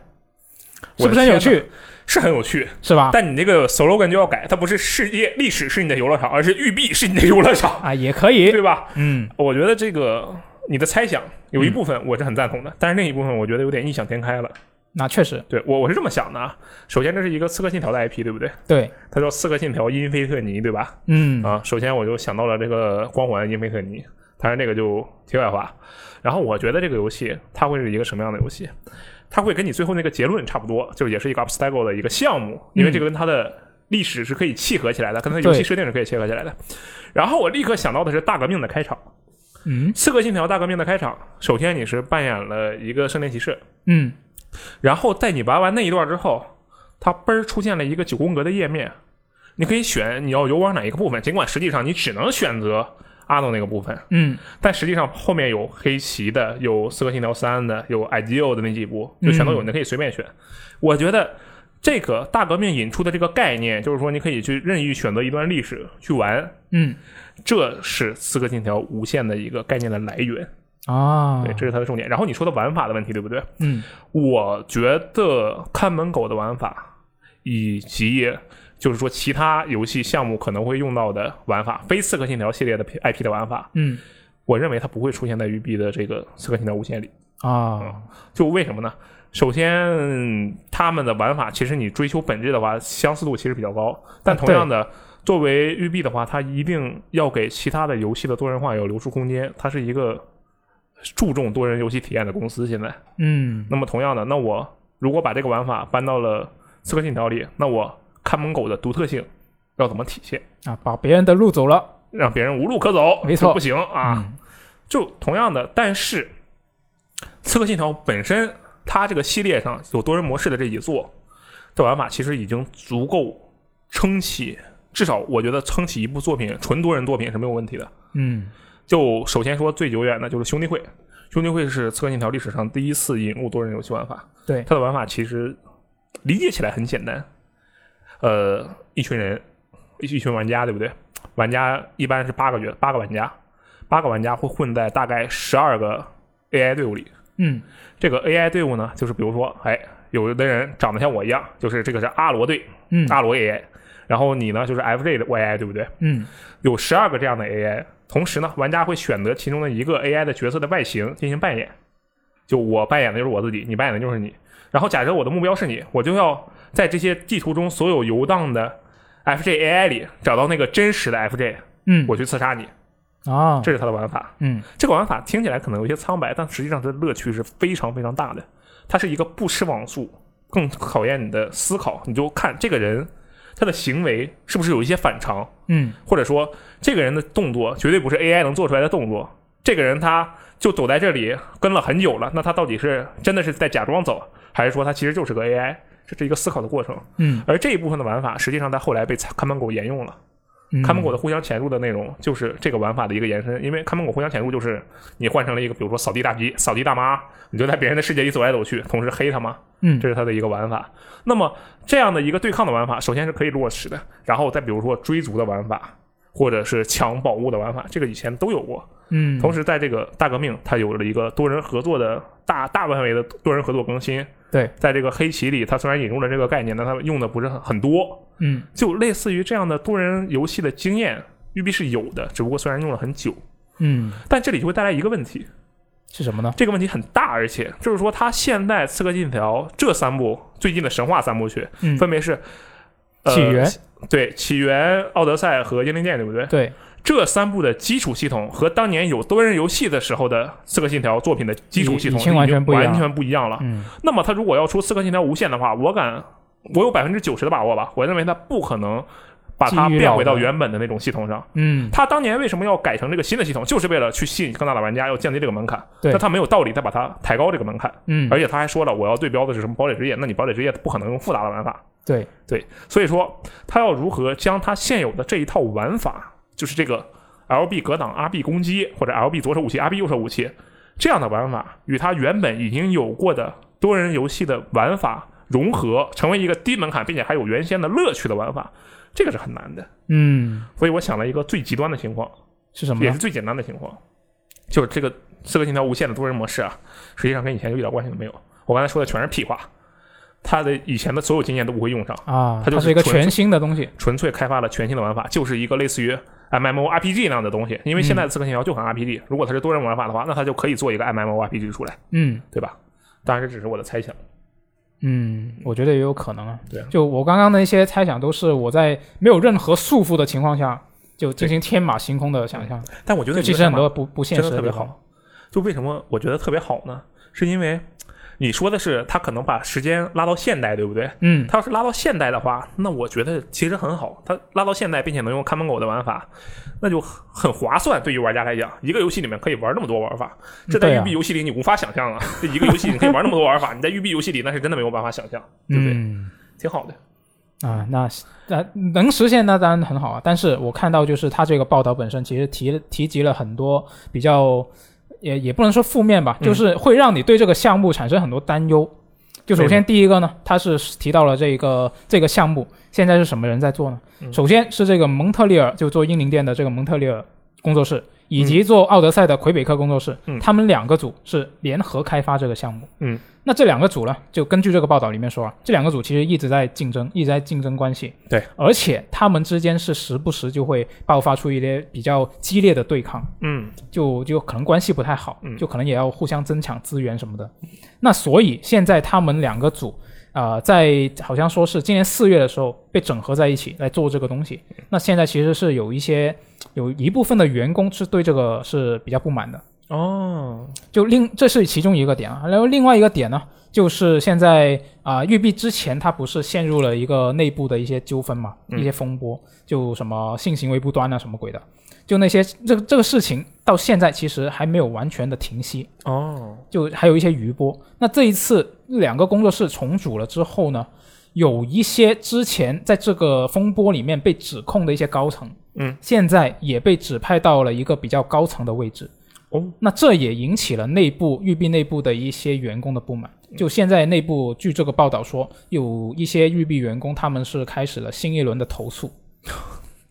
Speaker 2: 我
Speaker 1: 是
Speaker 2: 的
Speaker 1: 不是很有
Speaker 2: 天
Speaker 1: 趣？
Speaker 2: 是很有趣，
Speaker 1: 是吧？
Speaker 2: 但你那个 slogan 就要改，它不是世界历史是你的游乐场，而是育碧是你的游
Speaker 1: [laughs]
Speaker 2: 乐场，
Speaker 1: 啊，也可以，
Speaker 2: 对吧？
Speaker 1: 嗯，
Speaker 2: 我觉得这个你的猜想有一部分我是很赞同的，但是另一部分我觉得有点异想天开了。
Speaker 1: 那确实
Speaker 2: 对我我是这么想的啊，首先这是一个《刺客信条》的 IP，对不对？
Speaker 1: 对，
Speaker 2: 它叫《刺客信条：英菲特尼》，对吧？
Speaker 1: 嗯，
Speaker 2: 啊，首先我就想到了这个光环英菲特尼，当然这个就题外话。然后我觉得这个游戏它会是一个什么样的游戏？它会跟你最后那个结论差不多，就也是一个 obstacle 的一个项目，因为这个跟它的历史是可以契合起来的，跟它的游戏
Speaker 1: 嗯对
Speaker 2: 设定是可以契合起来的。然后我立刻想到的是大革命的开场，
Speaker 1: 嗯
Speaker 2: 《刺客信条：大革命》的开场，首先你是扮演了一个圣殿骑士，
Speaker 1: 嗯，
Speaker 2: 然后在你玩完那一段之后，它嘣儿出现了一个九宫格的页面，你可以选你要游玩哪一个部分，尽管实际上你只能选择阿诺那个部分，
Speaker 1: 嗯，
Speaker 2: 但实际上后面有黑棋的，有刺客信条三的，有 IGO 的那几部，就全都有，
Speaker 1: 嗯
Speaker 2: 你可以随便选。我觉得。这个大革命引出的这个概念，就是说你可以去任意选择一段历史去玩，
Speaker 1: 嗯
Speaker 2: 这是《刺客信条：无限》的一个概念的来源。
Speaker 1: 啊
Speaker 2: 对，，这是它的重点。然后你说的玩法的问题，对不对？
Speaker 1: 嗯
Speaker 2: 我觉得看门狗的玩法，以及就是说其他游戏项目可能会用到的玩法，非《刺客信条》系列的 P- IP 的玩法，
Speaker 1: 嗯
Speaker 2: 我认为它不会出现在育碧的这个《刺客信条：无限》里。
Speaker 1: 啊，
Speaker 2: 就为什么呢？首先，他们的玩法其实你追求本质的话，相似度其实比较高。但
Speaker 1: 啊
Speaker 2: 同样的，作为育碧的话，它一定要给其他的游戏的多人化有留出空间。它是一个注重多人游戏体验的公司，现在。
Speaker 1: 嗯
Speaker 2: 那么同样的，那我如果把这个玩法搬到了《刺客信条》里，那我看门狗的独特性要怎么体现？
Speaker 1: 啊，把别人的路走了，
Speaker 2: 让别人无路可走，
Speaker 1: 没错
Speaker 2: 这不行啊！
Speaker 1: 嗯
Speaker 2: 就同样的，但是《刺客信条》本身它这个系列上有多人模式的这一座的玩法，其实已经足够撑起，至少我觉得撑起一部作品纯多人作品是没有问题的。
Speaker 1: 嗯
Speaker 2: 就首先说最久远的就是兄弟会，兄弟会是《刺客信条》历史上第一次引入多人游戏玩法。
Speaker 1: 对
Speaker 2: 它的玩法其实理解起来很简单，呃，一群人，一一群玩家，对不对？玩家一般是八个角，八个玩家，八个玩家会混在大概十二个 AI 队伍里。
Speaker 1: 嗯
Speaker 2: 这个 AI 队伍呢，就是比如说，哎，有的人长得像我一样，就是这个是阿罗队，
Speaker 1: 嗯
Speaker 2: 阿罗 AI，然后你呢就是 FJ 的 AI，对不对？
Speaker 1: 嗯
Speaker 2: 有十二个这样的 AI，同时呢，玩家会选择其中的一个 AI 的角色的外形进行扮演。就我扮演的就是我自己，你扮演的就是你。然后假设我的目标是你，我就要在这些地图中所有游荡的 FJ AI 里找到那个真实的 FJ，
Speaker 1: 嗯，
Speaker 2: 我去刺杀你。
Speaker 1: 啊，
Speaker 2: 这是它的玩法。
Speaker 1: 嗯
Speaker 2: 这个玩法听起来可能有些苍白，但实际上它的乐趣是非常非常大的。它是一个不吃网速，更考验你的思考。你就看这个人他的行为是不是有一些反常，
Speaker 1: 嗯
Speaker 2: 或者说这个人的动作绝对不是 AI 能做出来的动作。这个人他就走在这里跟了很久了，那他到底是真的是在假装走，还是说他其实就是个 AI？这是一个思考的过程。
Speaker 1: 嗯，
Speaker 2: 而这一部分的玩法，实际上在后来被看门狗沿用了。
Speaker 1: 嗯
Speaker 2: 看门狗的互相潜入的内容就是这个玩法的一个延伸，因为看门狗互相潜入就是你换成了一个，比如说扫地大逼、扫地大妈，你就在别人的世界里走来走去，同时黑他妈，
Speaker 1: 嗯
Speaker 2: 这是它的一个玩法。那么这样的一个对抗的玩法，首先是可以落实的，然后再比如说追逐的玩法，或者是抢宝物的玩法，这个以前都有过。
Speaker 1: 嗯，
Speaker 2: 同时在这个大革命，它有了一个多人合作的大大范围的多人合作更新。
Speaker 1: 对，
Speaker 2: 在这个黑旗里，它虽然引入了这个概念，但它用的不是很很多。
Speaker 1: 嗯
Speaker 2: 就类似于这样的多人游戏的经验，育碧是有的，只不过虽然用了很久，
Speaker 1: 嗯
Speaker 2: 但这里就会带来一个问题，
Speaker 1: 是什么呢？
Speaker 2: 这个问题很大，而且就是说，它现在《刺客信条》这三部最近的神话三部曲，
Speaker 1: 嗯
Speaker 2: 分别是、呃
Speaker 1: 起源
Speaker 2: 对《起源》《奥德赛》和《英灵殿》，对不对？
Speaker 1: 对，
Speaker 2: 这三部的基础系统和当年有多人游戏的时候的《刺客信条》作品的基础系统
Speaker 1: 已已经完全不一样了
Speaker 2: 完全不一样了。
Speaker 1: 嗯
Speaker 2: 那么他如果要出《刺客信条：无限》的话，我敢，我有百分之九十的把握吧，我认为他不可能把它
Speaker 1: 基于
Speaker 2: 变回
Speaker 1: 老
Speaker 2: 到
Speaker 1: 的
Speaker 2: 原本的那种系统上。
Speaker 1: 嗯
Speaker 2: 他当年为什么要改成这个新的系统，就是为了去吸引更大的玩家，要降低这个门槛。
Speaker 1: 对
Speaker 2: 那他没有道理，他把它抬高这个门槛，
Speaker 1: 嗯
Speaker 2: 而且他还说了，我要对标的是什么堡垒之夜，那你堡垒之夜不可能用复杂的玩法，
Speaker 1: 对，
Speaker 2: 对，所以说他要如何将他现有的这一套玩法，就是这个 LB 格挡、RB 攻击或者 LB 左手武器、RB 右手武器这样的玩法，与他原本已经有过的多人游戏的玩法融合，成为一个低门槛并且还有原先的乐趣的玩法，这个是很难的。
Speaker 1: 嗯
Speaker 2: 所以我想了一个最极端的情况，
Speaker 1: 是什么
Speaker 2: 也是
Speaker 1: 呢？
Speaker 2: 最简单的情况，就是这个《刺客信条：无限》的多人模式啊，实际上跟以前就一点关系都没有。我刚才说的全是屁话，他的以前的所有经验都不会用上。
Speaker 1: 啊，
Speaker 2: 它就
Speaker 1: 它
Speaker 2: 是
Speaker 1: 是一个
Speaker 2: 纯
Speaker 1: 全新的东西。
Speaker 2: 纯粹开发了全新的玩法，就是一个类似于 MMORPG 那样的东西。因
Speaker 1: 嗯
Speaker 2: 为现在的刺客信条就很 RPG，、如果它是多人玩法的话，那它就可以做一个 MMORPG 出来，
Speaker 1: 嗯
Speaker 2: 对吧？当然，这只是我的猜想。
Speaker 1: 嗯，我觉得也有可能啊。
Speaker 2: 对啊
Speaker 1: 就我刚刚的一些猜想，都是我在没有任何束缚的情况下，就进行天马行空的想象。
Speaker 2: 但我觉
Speaker 1: 就
Speaker 2: 得
Speaker 1: 其实很多不不现
Speaker 2: 真
Speaker 1: 实
Speaker 2: 的特别
Speaker 1: 地方
Speaker 2: 好。。就为什么我觉得特别好呢？是因为你说的是他可能把时间拉到现代，对不对？
Speaker 1: 嗯
Speaker 2: 他要是拉到现代的话，那我觉得其实很好。他拉到现代，并且能用看门狗的玩法，那就很很划算。对于玩家来讲，一个游戏里面可以玩那么多玩法，这在
Speaker 1: 对
Speaker 2: 育
Speaker 1: 啊
Speaker 2: 碧游戏里你无法想象啊！这一个游戏你可以玩那么多玩法，你在育碧游戏里那是真的没有办法想象，对不对？
Speaker 1: 嗯
Speaker 2: 挺好的。
Speaker 1: 啊，那那能实现那当然很好啊。但是我看到就是他这个报道本身其实提提及了很多比较也也不能说负面吧，
Speaker 2: 嗯
Speaker 1: 就是会让你对这个项目产生很多担忧。就首
Speaker 2: 为什
Speaker 1: 先第一个呢，他是提到了这个这个项目现在是什么人在做呢？
Speaker 2: 嗯
Speaker 1: 首先是这个蒙特利尔，就做英灵殿的这个蒙特利尔工作室，以及做奥德赛的魁北克工作室，
Speaker 2: 嗯
Speaker 1: 他们两个组是联合开发这个项目。
Speaker 2: 嗯，
Speaker 1: 那这两个组呢，就根据这个报道里面说啊，这两个组其实一直在竞争，一直在竞争关系。
Speaker 2: 对，
Speaker 1: 而且他们之间是时不时就会爆发出一些比较激烈的对抗。
Speaker 2: 嗯，
Speaker 1: 就就可能关系不太好
Speaker 2: 嗯，
Speaker 1: 就可能也要互相争抢资源什么的。那所以现在他们两个组，啊，在好像说是今年四月的时候被整合在一起来做这个东西。
Speaker 2: 嗯
Speaker 1: 那现在其实是有一些有一部分的员工是对这个是比较不满的，
Speaker 2: 哦，
Speaker 1: 就另这是其中一个点啊。然后另外一个点呢，就是现在啊、育碧之前它不是陷入了一个内部的一些纠纷嘛，一些风波，就什么性行为不端啊，什么鬼的，就那些这这个事情到现在其实还没有完全的停息，
Speaker 2: 哦，
Speaker 1: 就还有一些余波。那这一次两个工作室重组了之后呢，有一些之前在这个风波里面被指控的一些高层，
Speaker 2: 嗯，
Speaker 1: 现在也被指派到了一个比较高层的位置。
Speaker 2: 哦，
Speaker 1: 那这也引起了内部育碧内部的一些员工的不满。就现在内部，据这个报道说，有一些育碧员工他们是开始了新一轮的投诉。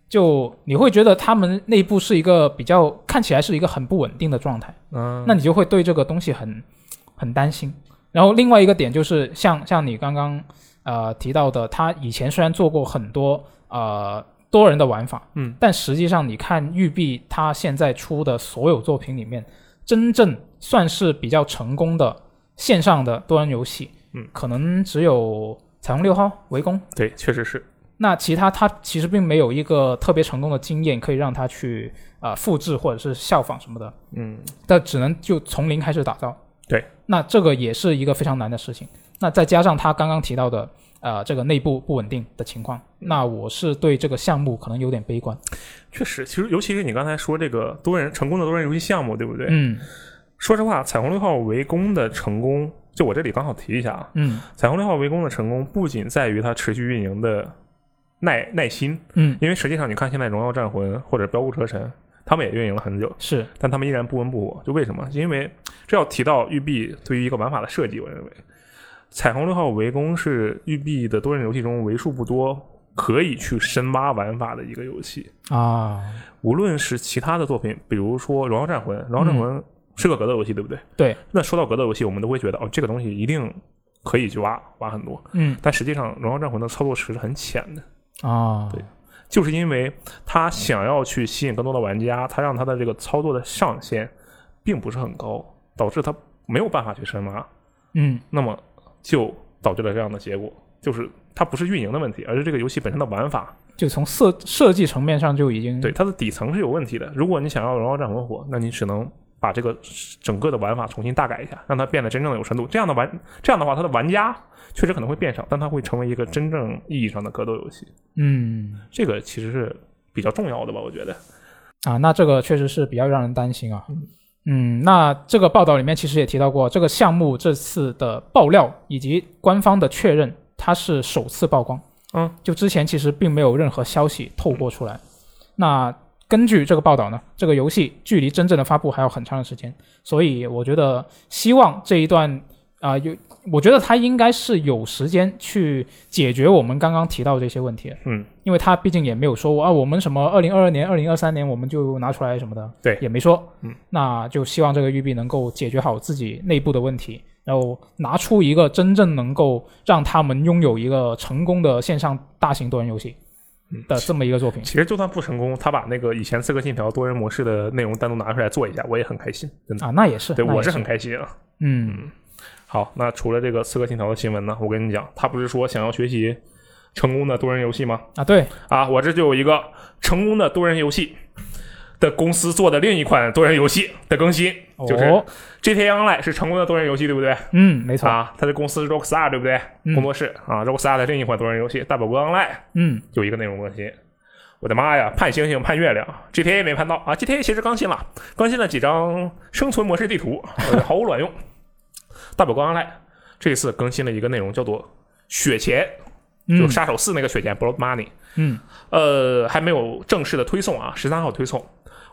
Speaker 1: 就你会觉得他们内部是一个比较看起来是一个很不稳定的状态。
Speaker 2: 嗯，
Speaker 1: 那你就会对这个东西很很担心。然后另外一个点就是像像你刚刚呃提到的，他以前虽然做过很多呃多人的玩法，
Speaker 2: 嗯，
Speaker 1: 但实际上你看育碧他现在出的所有作品里面，真正算是比较成功的线上的多人游戏，
Speaker 2: 嗯，
Speaker 1: 可能只有《彩虹六号》《围攻》，
Speaker 2: 对，确实是，
Speaker 1: 那其他他其实并没有一个特别成功的经验可以让他去呃复制或者是效仿什么的。
Speaker 2: 嗯，
Speaker 1: 但只能就从零开始打造。
Speaker 2: 对，
Speaker 1: 那这个也是一个非常难的事情。那再加上他刚刚提到的，呃，这个内部不稳定的情况，那我是对这个项目可能有点悲观。
Speaker 2: 确实，其实尤其是你刚才说这个多人成功的多人游戏项目，对不对？
Speaker 1: 嗯
Speaker 2: 说实话，彩虹六号围攻的成功，就我这里刚好提一下啊，
Speaker 1: 嗯
Speaker 2: 彩虹六号围攻的成功不仅在于它持续运营的耐耐心，
Speaker 1: 嗯，
Speaker 2: 因为实际上你看现在荣耀战魂或者标固车神，他们也运营了很久，
Speaker 1: 是
Speaker 2: 但他们依然不温不火，就为什么？因为这要提到育碧对于一个玩法的设计，我认为彩虹六号围攻是育碧的多人游戏中为数不多可以去深挖玩法的一个游戏。
Speaker 1: 啊，
Speaker 2: 无论是其他的作品，比如说《荣耀战魂》，《荣耀战魂》是个格斗游戏，对不对？
Speaker 1: 对，
Speaker 2: 那说到格斗游戏，我们都会觉得哦，这个东西一定可以去挖挖很多。
Speaker 1: 嗯
Speaker 2: 但实际上，《荣耀战魂》的操作池是很浅的，
Speaker 1: 啊，
Speaker 2: 对就是因为他想要去吸引更多的玩家，他让他的这个操作的上限并不是很高，导致他没有办法去深挖，
Speaker 1: 嗯
Speaker 2: 那么就导致了这样的结果，就是它不是运营的问题，而是这个游戏本身的玩法，
Speaker 1: 就从设设计层面上就已经
Speaker 2: 对它的底层是有问题的。如果你想要荣耀战魂火，那你只能。把这个整个的玩法重新大改一下，让它变得真正的有深度。这样的玩，这样的话，它的玩家确实可能会变少，但它会成为一个真正意义上的格斗游戏。
Speaker 1: 嗯
Speaker 2: 这个其实是比较重要的吧，我觉得。
Speaker 1: 啊，那这个确实是比较让人担心啊。嗯，那这个报道里面其实也提到过，这个项目这次的爆料以及官方的确认，它是首次曝光。
Speaker 2: 嗯，
Speaker 1: 就之前其实并没有任何消息透过出来。那根据这个报道呢，这个游戏距离真正的发布还有很长的时间，所以我觉得希望这一段啊、有，我觉得它应该是有时间去解决我们刚刚提到这些问题的。
Speaker 2: 嗯，
Speaker 1: 因为他毕竟也没有说啊，我们什么二零二二年、二零二三年我们就拿出来什么的，
Speaker 2: 对
Speaker 1: 也没说。
Speaker 2: 嗯，
Speaker 1: 那就希望这个育碧能够解决好自己内部的问题，然后拿出一个真正能够让他们拥有一个成功的线上大型多人游戏
Speaker 2: 嗯
Speaker 1: 的这么一个作品。
Speaker 2: 其实就算不成功，他把那个以前《刺客信条》多人模式的内容单独拿出来做一下，我也很开心，真的。
Speaker 1: 啊，那也是，
Speaker 2: 嗯对，
Speaker 1: 那也
Speaker 2: 我是
Speaker 1: 是
Speaker 2: 很开心啊。
Speaker 1: 嗯
Speaker 2: 好，那除了这个《刺客信条》的新闻呢，我跟你讲，他不是说想要学习成功的多人游戏吗？
Speaker 1: 啊，对
Speaker 2: 啊，我这就有一个成功的多人游戏的公司做的另一款多人游戏的更新，就是
Speaker 1: 哦
Speaker 2: 《GTA Online》是成功的多人游戏，对不对？
Speaker 1: 嗯，没错，
Speaker 2: 啊，他的公司是 Rockstar，对不对？
Speaker 1: 嗯
Speaker 2: 工作室啊，Rockstar 的另一款多人游戏《大表哥 Online》
Speaker 1: 嗯
Speaker 2: 有一个内容更新。我的妈呀，盼星星盼月亮，GTA 没盼到啊！GTA 其实更新了，更新了几张生存模式地图，呃毫无卵用。 [laughs] 大表哥 Online 这次更新了一个内容，叫做“血钱”，就
Speaker 1: 嗯
Speaker 2: 杀手四那个血钱 （Blood Money）。
Speaker 1: 嗯
Speaker 2: 呃，还没有正式的推送啊，十三号推送。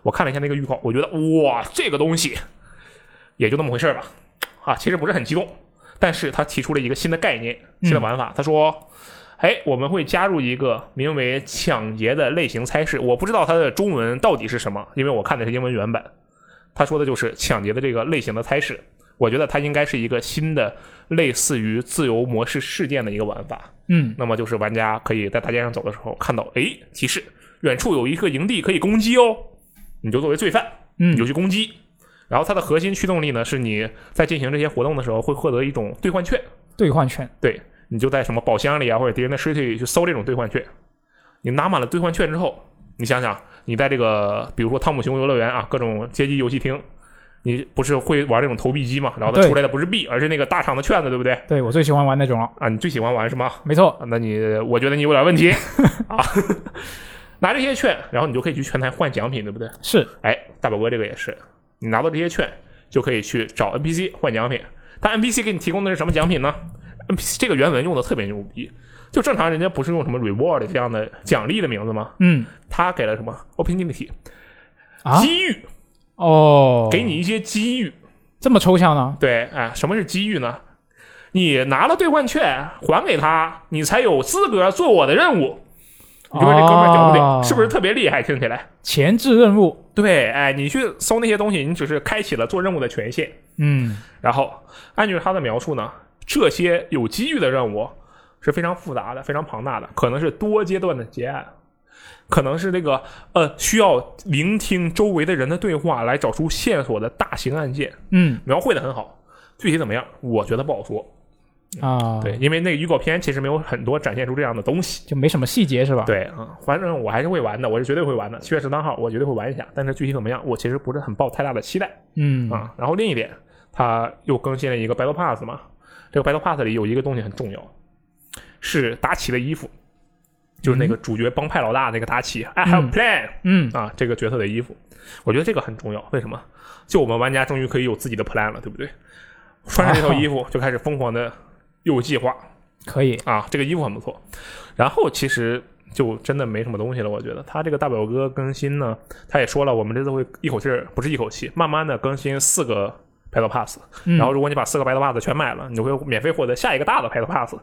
Speaker 2: 我看了一下那个预告，我觉得哇，这个东西也就那么回事儿吧。啊，其实不是很激动，但是他提出了一个新的概念、新的玩法。他说：“哎，我们会加入一个名为‘抢劫’的类型猜试。我不知道它的中文到底是什么，因为我看的是英文原版。他说的就是抢劫的这个类型的猜试。我觉得它应该是一个新的，类似于自由模式事件的一个玩法。
Speaker 1: 嗯
Speaker 2: 那么就是玩家可以在大街上走的时候看到，哎，提示远处有一个营地可以攻击哦，你就作为罪犯，你就
Speaker 1: 嗯
Speaker 2: 去攻击。然后它的核心驱动力呢，是你在进行这些活动的时候会获得一种兑换券，
Speaker 1: 兑换券
Speaker 2: 对你就在什么宝箱里啊或者敌人的尸体里去搜这种兑换券。你拿满了兑换券之后，你想想，你在这个比如说汤姆熊游乐园啊，各种街机游戏厅，你不是会玩这种投币机嘛？然后它
Speaker 1: 对
Speaker 2: 出来的不是币，而是那个大厂的券子，对不对？
Speaker 1: 对我最喜欢玩那种了，
Speaker 2: 啊，你最喜欢玩什么？
Speaker 1: 没错，
Speaker 2: 啊那你我觉得你有点问题啊。拿这些券，然后你就可以去拳台换奖品，对不对？
Speaker 1: 是
Speaker 2: 哎，大表哥这个也是，你拿到这些券就可以去找 NPC 换奖品。但 NPC 给你提供的是什么奖品呢？NPC 这个原文用的特别牛逼，就正常人家不是用什么 reward 这样的奖励的名字吗？
Speaker 1: 嗯
Speaker 2: 他给了什么 opportunity
Speaker 1: 啊
Speaker 2: 机遇，
Speaker 1: 哦，
Speaker 2: 给你一些机遇。
Speaker 1: 这么抽象呢？
Speaker 2: 对，哎，什么是机遇呢？你拿了兑换券还给他，你才有资格做我的任务。你说这哥们儿屌不屌？
Speaker 1: 哦
Speaker 2: 是不是特别厉害？听起来。
Speaker 1: 前置任务，
Speaker 2: 对，哎，你去搜那些东西，你只是开启了做任务的权限。
Speaker 1: 嗯
Speaker 2: 然后按据他的描述呢，这些有机遇的任务是非常复杂的、非常庞大的，可能是多阶段的结案，可能是那个呃需要聆听周围的人的对话来找出线索的大型案件，
Speaker 1: 嗯
Speaker 2: 描绘的很好。具体怎么样，我觉得不好说。
Speaker 1: 啊，
Speaker 2: 嗯对，，因为那个预告片其实没有很多展现出这样的东西。
Speaker 1: 就没什么细节是吧？，
Speaker 2: 对，嗯，反正我还是会玩的，我是绝对会玩的。七月十三号我绝对会玩一下，但是具体怎么样，我其实不是很抱太大的期待。
Speaker 1: 嗯
Speaker 2: 啊、然后另一点，它又更新了一个 Battle Pass 嘛，这个 Battle Pass 里有一个东西很重要，是达奇的衣服，就是那个主角帮派老大那个达奇、i have plan
Speaker 1: 嗯
Speaker 2: 啊，这个角色的衣服，我觉得这个很重要。为什么？就我们玩家终于可以有自己的 plan 了，对不对？穿上这套衣服就开始疯狂的有计划
Speaker 1: 可以，
Speaker 2: 啊，这个衣服很不错。然后其实。就真的没什么东西了，我觉得他这个大表哥更新呢，他也说了，我们这次会一口气儿，不是一口气，慢慢的更新四个 Battle Pass，
Speaker 1: 嗯
Speaker 2: 然后如果你把四个 Battle Pass 全买了，你就会免费获得下一个大的 Battle Pass。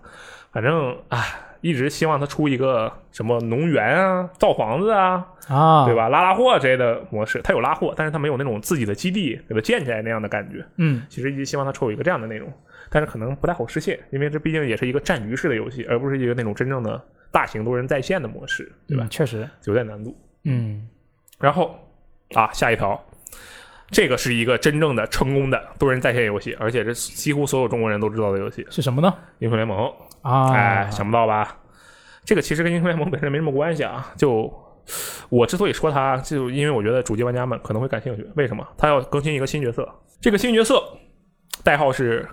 Speaker 2: 反正唉，一直希望它出一个什么农园啊、造房子啊，
Speaker 1: 啊，
Speaker 2: 对？吧？拉拉货之类的模式，它有拉货，但是它没有那种自己的基地给它建起来那样的感觉。
Speaker 1: 嗯，
Speaker 2: 其实一直希望它出有一个这样的内容，但是可能不太好实现，因为这毕竟也是一个战局式的游戏，而不是一个那种真正的大型多人在线的模式，对吧？
Speaker 1: 嗯？确实，
Speaker 2: 有点难度。
Speaker 1: 嗯
Speaker 2: 然后啊，下一条，这个是一个真正的成功的多人在线游戏，而且这几乎所有中国人都知道的游戏《
Speaker 1: 是什么呢？
Speaker 2: 英雄联盟》。
Speaker 1: 啊，
Speaker 2: 哎，想不到吧？这个其实跟英雄联盟本身没什么关系啊。就我之所以说它，就因为我觉得主机玩家们可能会感兴趣。为什么？它要更新一个新角色，这个新角色代号是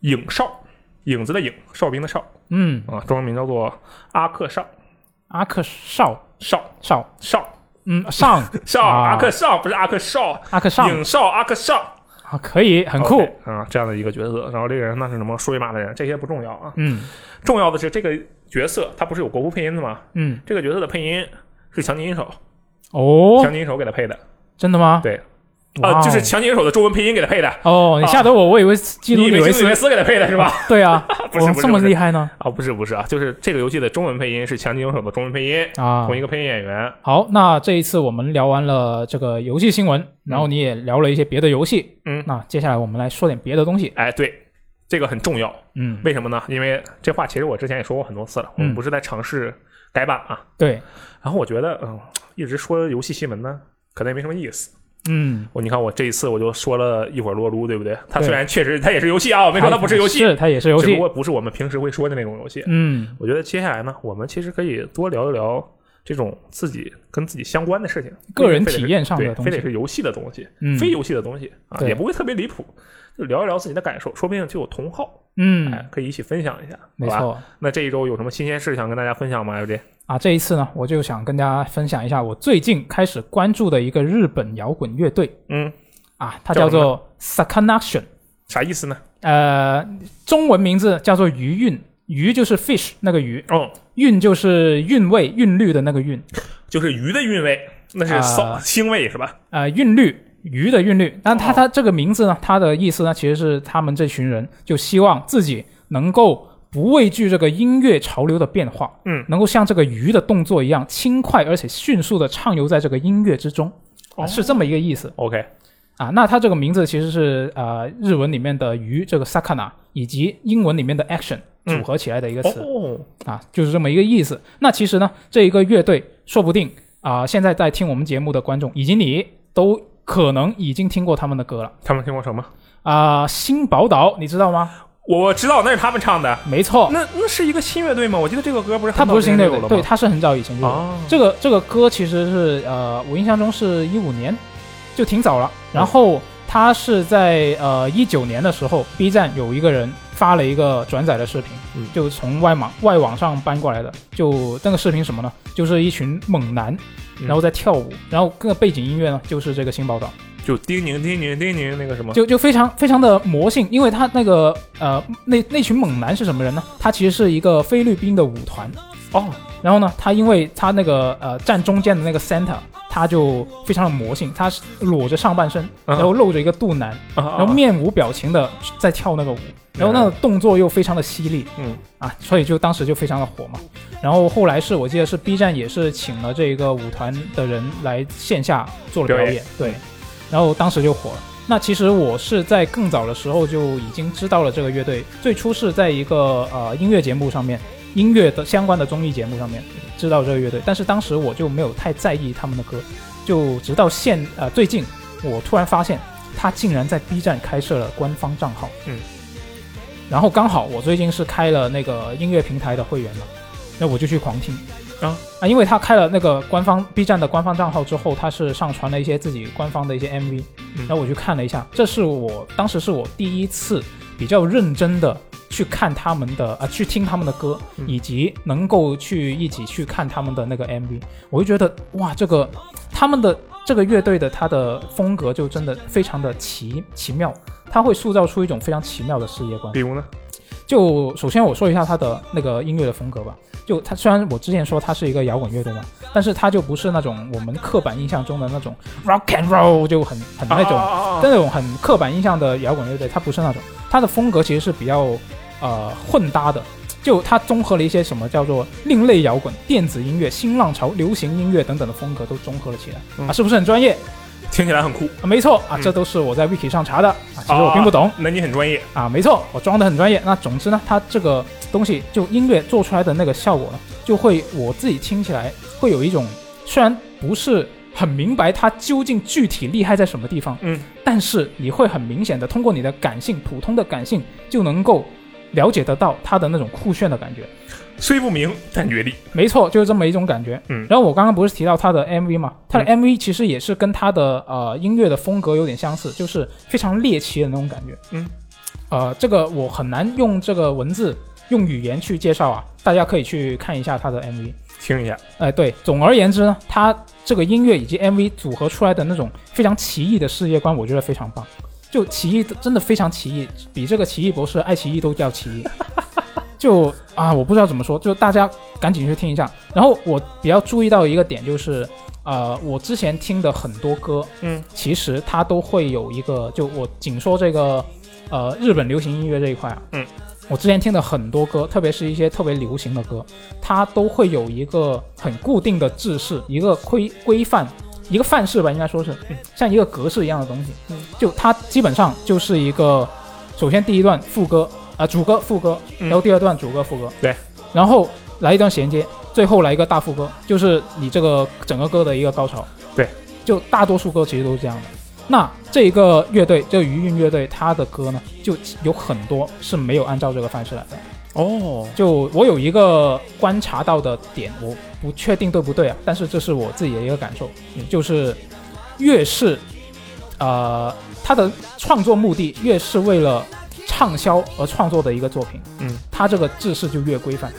Speaker 2: 影少，影子的影，哨兵的哨
Speaker 1: 嗯，
Speaker 2: 啊，中文名叫做阿克少
Speaker 1: 阿克少
Speaker 2: 少
Speaker 1: 少，
Speaker 2: 少
Speaker 1: 嗯，上
Speaker 2: 少
Speaker 1: 啊
Speaker 2: 阿克少，不是阿克少，
Speaker 1: 阿克上
Speaker 2: 影少阿克少。
Speaker 1: 啊，可以，很酷
Speaker 2: OK，，啊、这样的一个角色。然后这个人呢是什么说一码的人，这些不重要啊。
Speaker 1: 嗯
Speaker 2: 重要的是这个角色他不是有国服配音的吗？
Speaker 1: 嗯，
Speaker 2: 这个角色的配音是强尼银手，
Speaker 1: 哦
Speaker 2: 强，尼银手给他配的。
Speaker 1: 真的吗？
Speaker 2: 对，
Speaker 1: 哇
Speaker 2: 啊，
Speaker 1: 哦
Speaker 2: 就是强尼银手的中文配音给他配的。
Speaker 1: 哦，你吓得我，我以为是基
Speaker 2: 你
Speaker 1: 努
Speaker 2: 以
Speaker 1: 里
Speaker 2: 为
Speaker 1: 维
Speaker 2: 是
Speaker 1: 斯
Speaker 2: 维，斯给他配的是吧？
Speaker 1: [laughs] 对啊，
Speaker 2: [laughs] 不是
Speaker 1: 哇
Speaker 2: 不是
Speaker 1: 这么
Speaker 2: 不是
Speaker 1: 厉害呢
Speaker 2: 啊，不是不是啊，就是这个游戏的中文配音是强尼银手的中文配音，
Speaker 1: 啊！
Speaker 2: 同一个配音演员。
Speaker 1: 好，那这一次我们聊完了这个游戏新闻，然后你也聊了一些别的游戏，
Speaker 2: 嗯
Speaker 1: 那接下来我们来说点别的东西，
Speaker 2: 哎，对，这个很重要。
Speaker 1: 嗯，
Speaker 2: 为什么呢？因为这话其实我之前也说过很多次了，我
Speaker 1: 嗯
Speaker 2: 们不是在尝试改版啊。
Speaker 1: 对，
Speaker 2: 然后我觉得，嗯，一直说游戏新闻呢，可能也没什么意思。
Speaker 1: 嗯，
Speaker 2: 我你看我这一次我就说了一会儿洛撸，对不对？它
Speaker 1: 对
Speaker 2: 虽然确实它也是游戏啊，我没说它不是游戏，
Speaker 1: 是它也是游
Speaker 2: 只
Speaker 1: 戏
Speaker 2: 不，过不是我们平时会说的那种游戏。
Speaker 1: 嗯
Speaker 2: 我觉得接下来呢，我们其实可以多聊一聊这种自己跟自己相关的事情，
Speaker 1: 个人
Speaker 2: 非得
Speaker 1: 体验上的
Speaker 2: 对
Speaker 1: 东西
Speaker 2: 非得是游戏的东西，
Speaker 1: 嗯
Speaker 2: 非游戏的东西啊，
Speaker 1: 对
Speaker 2: 也不会特别离谱，就聊一聊自己的感受，说不定就有同好，哎
Speaker 1: 嗯，，
Speaker 2: 可以一起分享一下，
Speaker 1: 没
Speaker 2: 好吧。
Speaker 1: 错。
Speaker 2: 那这一周有什么新鲜事想跟大家分享吗？有这
Speaker 1: 啊，这一次呢，我就想跟大家分享一下我最近开始关注的一个日本摇滚乐队
Speaker 2: 嗯，
Speaker 1: 啊，它叫做 Sakanation，
Speaker 2: 啥意思呢？
Speaker 1: 呃，中文名字叫做鱼韵，鱼就是 fish 那个鱼，
Speaker 2: 哦，
Speaker 1: 韵就是韵味、韵律的那个韵，
Speaker 2: 就是鱼的韵味，那是骚
Speaker 1: 啊
Speaker 2: 腥味是吧？
Speaker 1: 呃，韵律鱼的韵律。但它
Speaker 2: 哦
Speaker 1: 它这个名字呢，它的意思呢，其实是他们这群人就希望自己能够不畏惧这个音乐潮流的变化，
Speaker 2: 嗯，
Speaker 1: 能够像这个鱼的动作一样轻快而且迅速的畅游在这个音乐之中，啊，
Speaker 2: 哦
Speaker 1: 是这么一个意思。 [laughs]
Speaker 2: OK，
Speaker 1: 啊，那它这个名字其实是呃日文里面的鱼这个 sakana 以及英文里面的 action
Speaker 2: 嗯
Speaker 1: 组合起来的一个词、
Speaker 2: 哦，
Speaker 1: 啊，就是这么一个意思。那其实呢，这一个乐队说不定啊、现在在听我们节目的观众以及你都可能已经听过他们的歌了
Speaker 2: 他们听过什么？
Speaker 1: 啊、新宝岛你知道吗？
Speaker 2: 我知道那是他们唱的，
Speaker 1: 没错，
Speaker 2: 那那是一个新乐队吗？我记得这个歌不是
Speaker 1: 哦它不是新
Speaker 2: 乐
Speaker 1: 乐
Speaker 2: 队
Speaker 1: 队，对，它是很早以前就有的。
Speaker 2: 啊，
Speaker 1: 这个这个歌其实是呃，我印象中是一五年，就挺早了。然后他是在呃一九年的时候，B 站有一个人发了一个转载的视频，
Speaker 4: 嗯
Speaker 1: 就从外网外网上搬过来的。就那个视频什么呢？就是一群猛男，
Speaker 2: 嗯
Speaker 1: 然后在跳舞，然后各个背景音乐呢就是这个新宝岛，
Speaker 2: 就叮咛叮咛叮咛那个什么，
Speaker 1: 就就非常非常的魔性，因为他那个呃那那群猛男是什么人呢？他其实是一个菲律宾的舞团，
Speaker 2: 哦，
Speaker 1: 然后呢，他因为他那个呃站中间的那个 center，他就非常的魔性，他是裸着上半身，
Speaker 2: 嗯哦
Speaker 1: 然后露着一个肚腩，
Speaker 2: 然
Speaker 1: 然后面无表情的在跳那个舞，然后那个动作又非常的犀利
Speaker 2: 嗯
Speaker 1: 啊，所以就当时就非常的火嘛。然后后来是我记得是 B 站也是请了这个舞团的人来线下做了表
Speaker 2: 表
Speaker 1: 演，对，然后当时就火了。那其实我是在更早的时候就已经知道了这个乐队，最初是在一个呃音乐节目上面，音乐的相关的综艺节目上面知道这个乐队，但是当时我就没有太在意他们的歌，就直到现呃最近，我突然发现他竟然在 B 站开设了官方账号，
Speaker 2: 嗯，
Speaker 1: 然后刚好我最近是开了那个音乐平台的会员嘛，那我就去狂听
Speaker 2: 啊
Speaker 1: 啊，因为他开了那个官方 B 站的官方账号之后，他是上传了一些自己官方的一些 MV，
Speaker 2: 嗯
Speaker 1: 然后我去看了一下，这是我当时是我第一次比较认真的去看他们的啊、去听他们的歌，
Speaker 2: 嗯
Speaker 1: 以及能够去一起去看他们的那个 MV，我就觉得哇，这个他们的这个乐队的他的风格就真的非常的奇奇妙，他会塑造出一种非常奇妙的世界观
Speaker 2: 比。如呢，
Speaker 1: 就首先我说一下他的那个音乐的风格吧。就他虽然我之前说他是一个摇滚乐队嘛，但是他就不是那种我们刻板印象中的那种 rock and roll 就很很那种
Speaker 2: 啊
Speaker 1: 但那种很刻板印象的摇滚乐队，它不是那种，它的风格其实是比较呃混搭的，就它综合了一些什么叫做另类摇滚、电子音乐、新浪潮、流行音乐等等的风格都综合了起来、
Speaker 2: 嗯
Speaker 1: 啊，是不是很专业？
Speaker 2: 听起来很酷，
Speaker 1: 啊、没错啊，
Speaker 2: 嗯
Speaker 1: 这都是我在 wiki 上查的啊，其实我并不懂。
Speaker 2: 那你很专业，
Speaker 1: 啊，没错，我装的很专业。那总之呢，它这个东西就音乐做出来的那个效果呢，就会我自己听起来会有一种，虽然不是很明白它究竟具体厉害在什么地方，
Speaker 2: 嗯，
Speaker 1: 但是你会很明显的通过你的感性，普通的感性就能够了解得到它的那种酷炫的感觉。
Speaker 2: 虽不明但觉厉，
Speaker 1: 没错，就是这么一种感觉。
Speaker 2: 嗯
Speaker 1: 然后我刚刚不是提到他的 MV 嘛，他的 MV 其实也是跟他的呃音乐的风格有点相似，就是非常猎奇的那种感觉。
Speaker 2: 嗯，
Speaker 1: 呃，这个我很难用这个文字用语言去介绍啊，大家可以去看一下他的 MV。
Speaker 2: 听一下，
Speaker 1: 哎，对，总而言之呢，他这个音乐以及 MV 组合出来的那种非常奇异的世界观，我觉得非常棒。就奇异，真的非常奇异，比这个《奇异博士》《爱奇艺》都要奇异。就啊，我不知道怎么说，就大家赶紧去听一下。然后我比较注意到一个点就是，呃，我之前听的很多歌，
Speaker 2: 嗯，
Speaker 1: 其实它都会有一个，就我仅说这个，呃，日本流行音乐这一块啊，
Speaker 2: 嗯，
Speaker 1: 我之前听的很多歌，特别是一些特别流行的歌，它都会有一个很固定的制式，一个规规范，一个范式吧，应该说是，
Speaker 2: 嗯
Speaker 1: 像一个格式一样的东西，就它基本上就是一个，首先第一段副歌啊、主歌副歌，
Speaker 2: 嗯
Speaker 1: 然后第二段主歌副歌，
Speaker 2: 对，
Speaker 1: 然后来一段衔接，最后来一个大副歌，就是你这个整个歌的一个高潮，
Speaker 2: 对，
Speaker 1: 就大多数歌其实都是这样的。那这一个乐队，这个余韵乐队，它的歌呢，就有很多是没有按照这个范式来的。
Speaker 2: 哦，
Speaker 1: 就我有一个观察到的点，我不确定对不对啊，但是这是我自己的一个感受，就是越是呃他的创作目的越是为了畅销而创作的一个作品，
Speaker 2: 嗯，
Speaker 1: 他这个制式就越规范。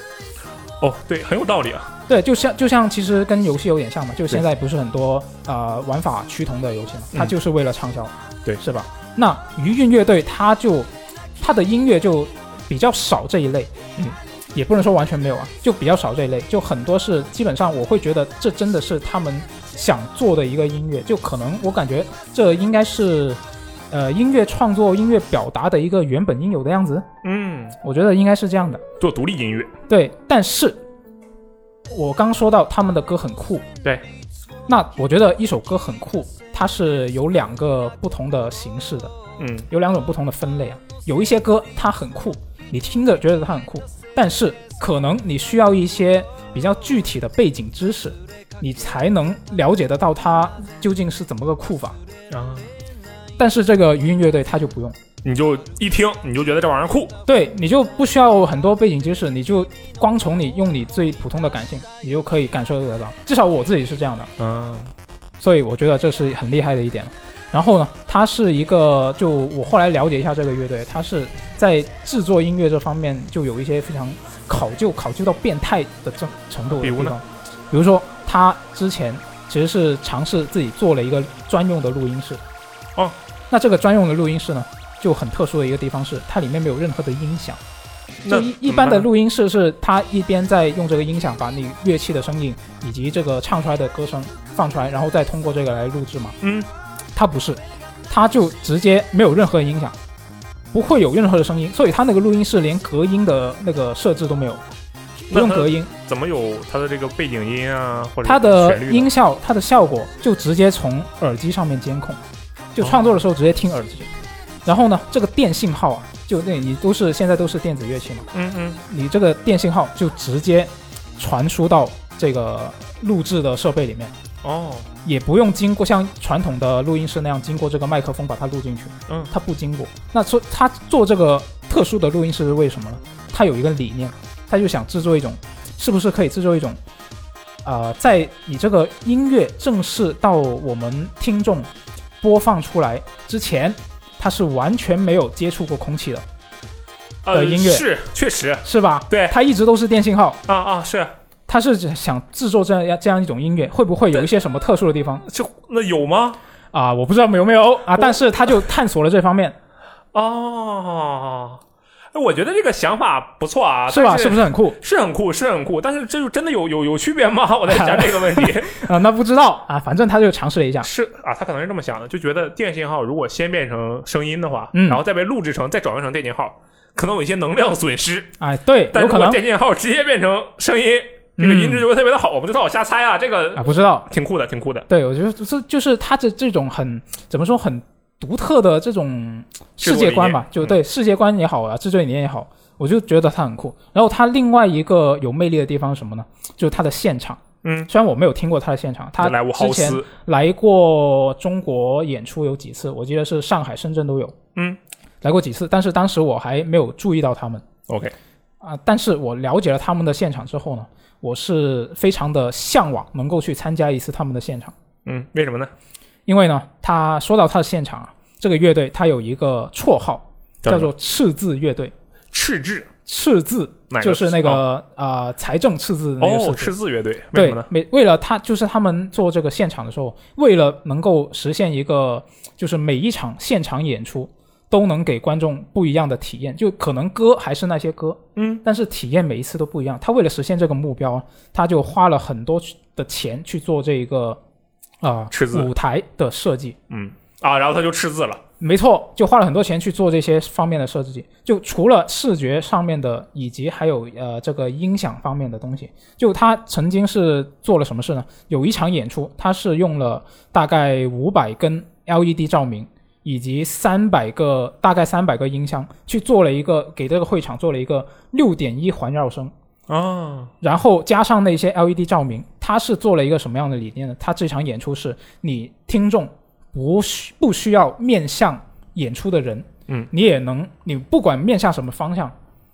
Speaker 2: 哦，对，很有道理啊，
Speaker 1: 对，就像就像其实跟游戏有点像嘛，就现在不是很多呃玩法趋同的游戏嘛，它
Speaker 2: 嗯
Speaker 1: 就是为了畅销，
Speaker 2: 对
Speaker 1: 是吧？那余韵乐队它就它的音乐就比较少这一类，
Speaker 2: 嗯，
Speaker 1: 也不能说完全没有啊，就比较少这一类，就很多是基本上我会觉得这真的是他们想做的一个音乐，就可能我感觉这应该是呃音乐创作、音乐表达的一个原本应有的样子，
Speaker 2: 嗯，
Speaker 1: 我觉得应该是这样的。
Speaker 2: 做独立音乐，
Speaker 1: 对，但是我刚说到他们的歌很酷，
Speaker 2: 对，
Speaker 1: 那我觉得一首歌很酷，它是有两个不同的形式的，
Speaker 2: 嗯
Speaker 1: 有两种不同的分类啊。有一些歌它很酷，你听着觉得它很酷，但是可能你需要一些比较具体的背景知识，你才能了解得到它究竟是怎么个酷法。
Speaker 2: 啊，
Speaker 1: 但是这个余音乐队它就不用。
Speaker 2: 你就一听你就觉得这玩意儿酷，
Speaker 1: 对，你就不需要很多背景知识，你就光从你用你最普通的感性，你就可以感受得到。至少我自己是这样的，
Speaker 2: 啊，
Speaker 1: 所以我觉得这是很厉害的一点。然后呢，它是一个就我后来了解一下这个乐队，它是在制作音乐这方面就有一些非常考究，考究到变态的这程度的
Speaker 2: 比
Speaker 1: 地
Speaker 2: 如呢
Speaker 1: 方。比如说，他之前其实是尝试自己做了一个专用的录音室。
Speaker 2: 哦，
Speaker 1: 那这个专用的录音室呢，就很特殊的一个地方是，它里面没有任何的音响。
Speaker 2: 那
Speaker 1: 就一
Speaker 2: 怎
Speaker 1: 一
Speaker 2: 么
Speaker 1: 般的
Speaker 2: 办呢
Speaker 1: 录音室是它一边在用这个音响把你乐器的声音以及这个唱出来的歌声放出来，然后再通过这个来录制嘛。
Speaker 2: 嗯，
Speaker 1: 它不是，它就直接没有任何音响，不会有任何的声音，所以它那个录音室连隔音的那个设置都没有，不
Speaker 2: 那
Speaker 1: 用
Speaker 2: 它
Speaker 1: 隔音，
Speaker 2: 怎么有它的这个背景音啊，或者
Speaker 1: 它
Speaker 2: 的
Speaker 1: 的
Speaker 2: 旋律呢
Speaker 1: 音效、它的效果就直接从耳机上面监控，就创作的时候直接听耳机。然后呢，这个电信号啊，就那你都是现在都是电子乐器嘛，
Speaker 2: 嗯嗯，
Speaker 1: 你这个电信号就直接传输到这个录制的设备里面，
Speaker 2: 哦，
Speaker 1: 也不用经过像传统的录音室那样经过这个麦克风把它录进去，
Speaker 2: 嗯
Speaker 1: 它不经过。那说他做这个特殊的录音室是为什么呢？他有一个理念，他就想制作一种，是不是可以制作一种，呃，在你这个音乐正式到我们听众播放出来之前，它是完全没有接触过空气的，
Speaker 2: 呃，
Speaker 1: 的音乐
Speaker 2: 是确实，
Speaker 1: 是吧？
Speaker 2: 对
Speaker 1: 它一直都是电信号，
Speaker 2: 啊啊是，
Speaker 1: 他是想制作这样这样一种音乐，会不会有一些什么特殊的地方
Speaker 2: 这那有吗？
Speaker 1: 啊？我不知道有没有啊，但是他就探索了这方面，
Speaker 2: 哦，哎我觉得这个想法不错啊，
Speaker 1: 是吧？
Speaker 2: 但
Speaker 1: 是不是很酷
Speaker 2: 是很酷，是很酷，但是这就真的有有有区别吗？ [laughs] 我在想这个问
Speaker 1: [laughs]
Speaker 2: 题。
Speaker 1: 啊？那不知道啊，反正他就尝试了一下，
Speaker 2: 是啊，他可能是这么想的，就觉得电信号如果先变成声音的话，
Speaker 1: 嗯
Speaker 2: 然后再被录制成再转换成电信号，可能有一些能量损失。
Speaker 1: 哎，对，
Speaker 2: 但
Speaker 1: 有
Speaker 2: 如
Speaker 1: 可
Speaker 2: 果
Speaker 1: 能
Speaker 2: 电信号直接变成声音，这个音质就会特别的好。我不知道，我瞎猜啊，这
Speaker 1: 啊，
Speaker 2: 个
Speaker 1: 不知道。
Speaker 2: 挺酷的，挺酷的。
Speaker 1: 对，我觉得这就是他这这种很怎么说很独特的这种世
Speaker 2: 制作理
Speaker 1: 界观吧
Speaker 2: 念，
Speaker 1: 就对世界观也好啊，制作理念也好，我就觉得他很酷。然后他另外一个有魅力的地方是什么呢？就是他的现场。
Speaker 2: 嗯，
Speaker 1: 虽然我没有听过他的现场，他
Speaker 2: 莱芜
Speaker 1: 之
Speaker 2: 豪
Speaker 1: 前
Speaker 2: 斯，
Speaker 1: 来过中国演出有几次，我记得是上海、深圳都有，
Speaker 2: 嗯，
Speaker 1: 来过几次，但是当时我还没有注意到他们
Speaker 2: OK
Speaker 1: 啊。但是我了解了他们的现场之后呢，我是非常的向往能够去参加一次他们的现场，
Speaker 2: 嗯，为什么呢？
Speaker 1: 因为呢，他说到他的现场啊，这个乐队他有一个绰号叫
Speaker 2: 什么
Speaker 1: 做赤字乐队，
Speaker 2: 赤字，
Speaker 1: 赤字
Speaker 2: 哪个
Speaker 1: 就是那
Speaker 2: 哦
Speaker 1: 个呃财政赤字的那个
Speaker 2: 哦，
Speaker 1: 赤字
Speaker 2: 赤。字乐队，为什
Speaker 1: 对
Speaker 2: 么呢？，
Speaker 1: 每为了他就是他们做这个现场的时候，为了能够实现一个就是每一场现场演出都能给观众不一样的体验，就可能歌还是那些歌，
Speaker 2: 嗯，
Speaker 1: 但是体验每一次都不一样。他为了实现这个目标啊，他就花了很多的钱去做这一个啊、
Speaker 2: 赤字
Speaker 1: 舞台的设计。
Speaker 2: 嗯啊，然后他就赤字了。
Speaker 1: 没错，就花了很多钱去做这些方面的设计。就除了视觉上面的，以及还有呃这个音响方面的东西。就他曾经是做了什么事呢？有一场演出，他是用了大概五百根 LED 照明，以及三百个大概三百个音箱，去做了一个给这个会场做了一个六点一环绕声。
Speaker 2: 哦，
Speaker 1: 然后加上那些 LED 照明，它是做了一个什么样的理念呢？它这场演出是你听众不需不需要面向演出的人，
Speaker 2: 嗯，
Speaker 1: 你也能，你不管面向什么方向，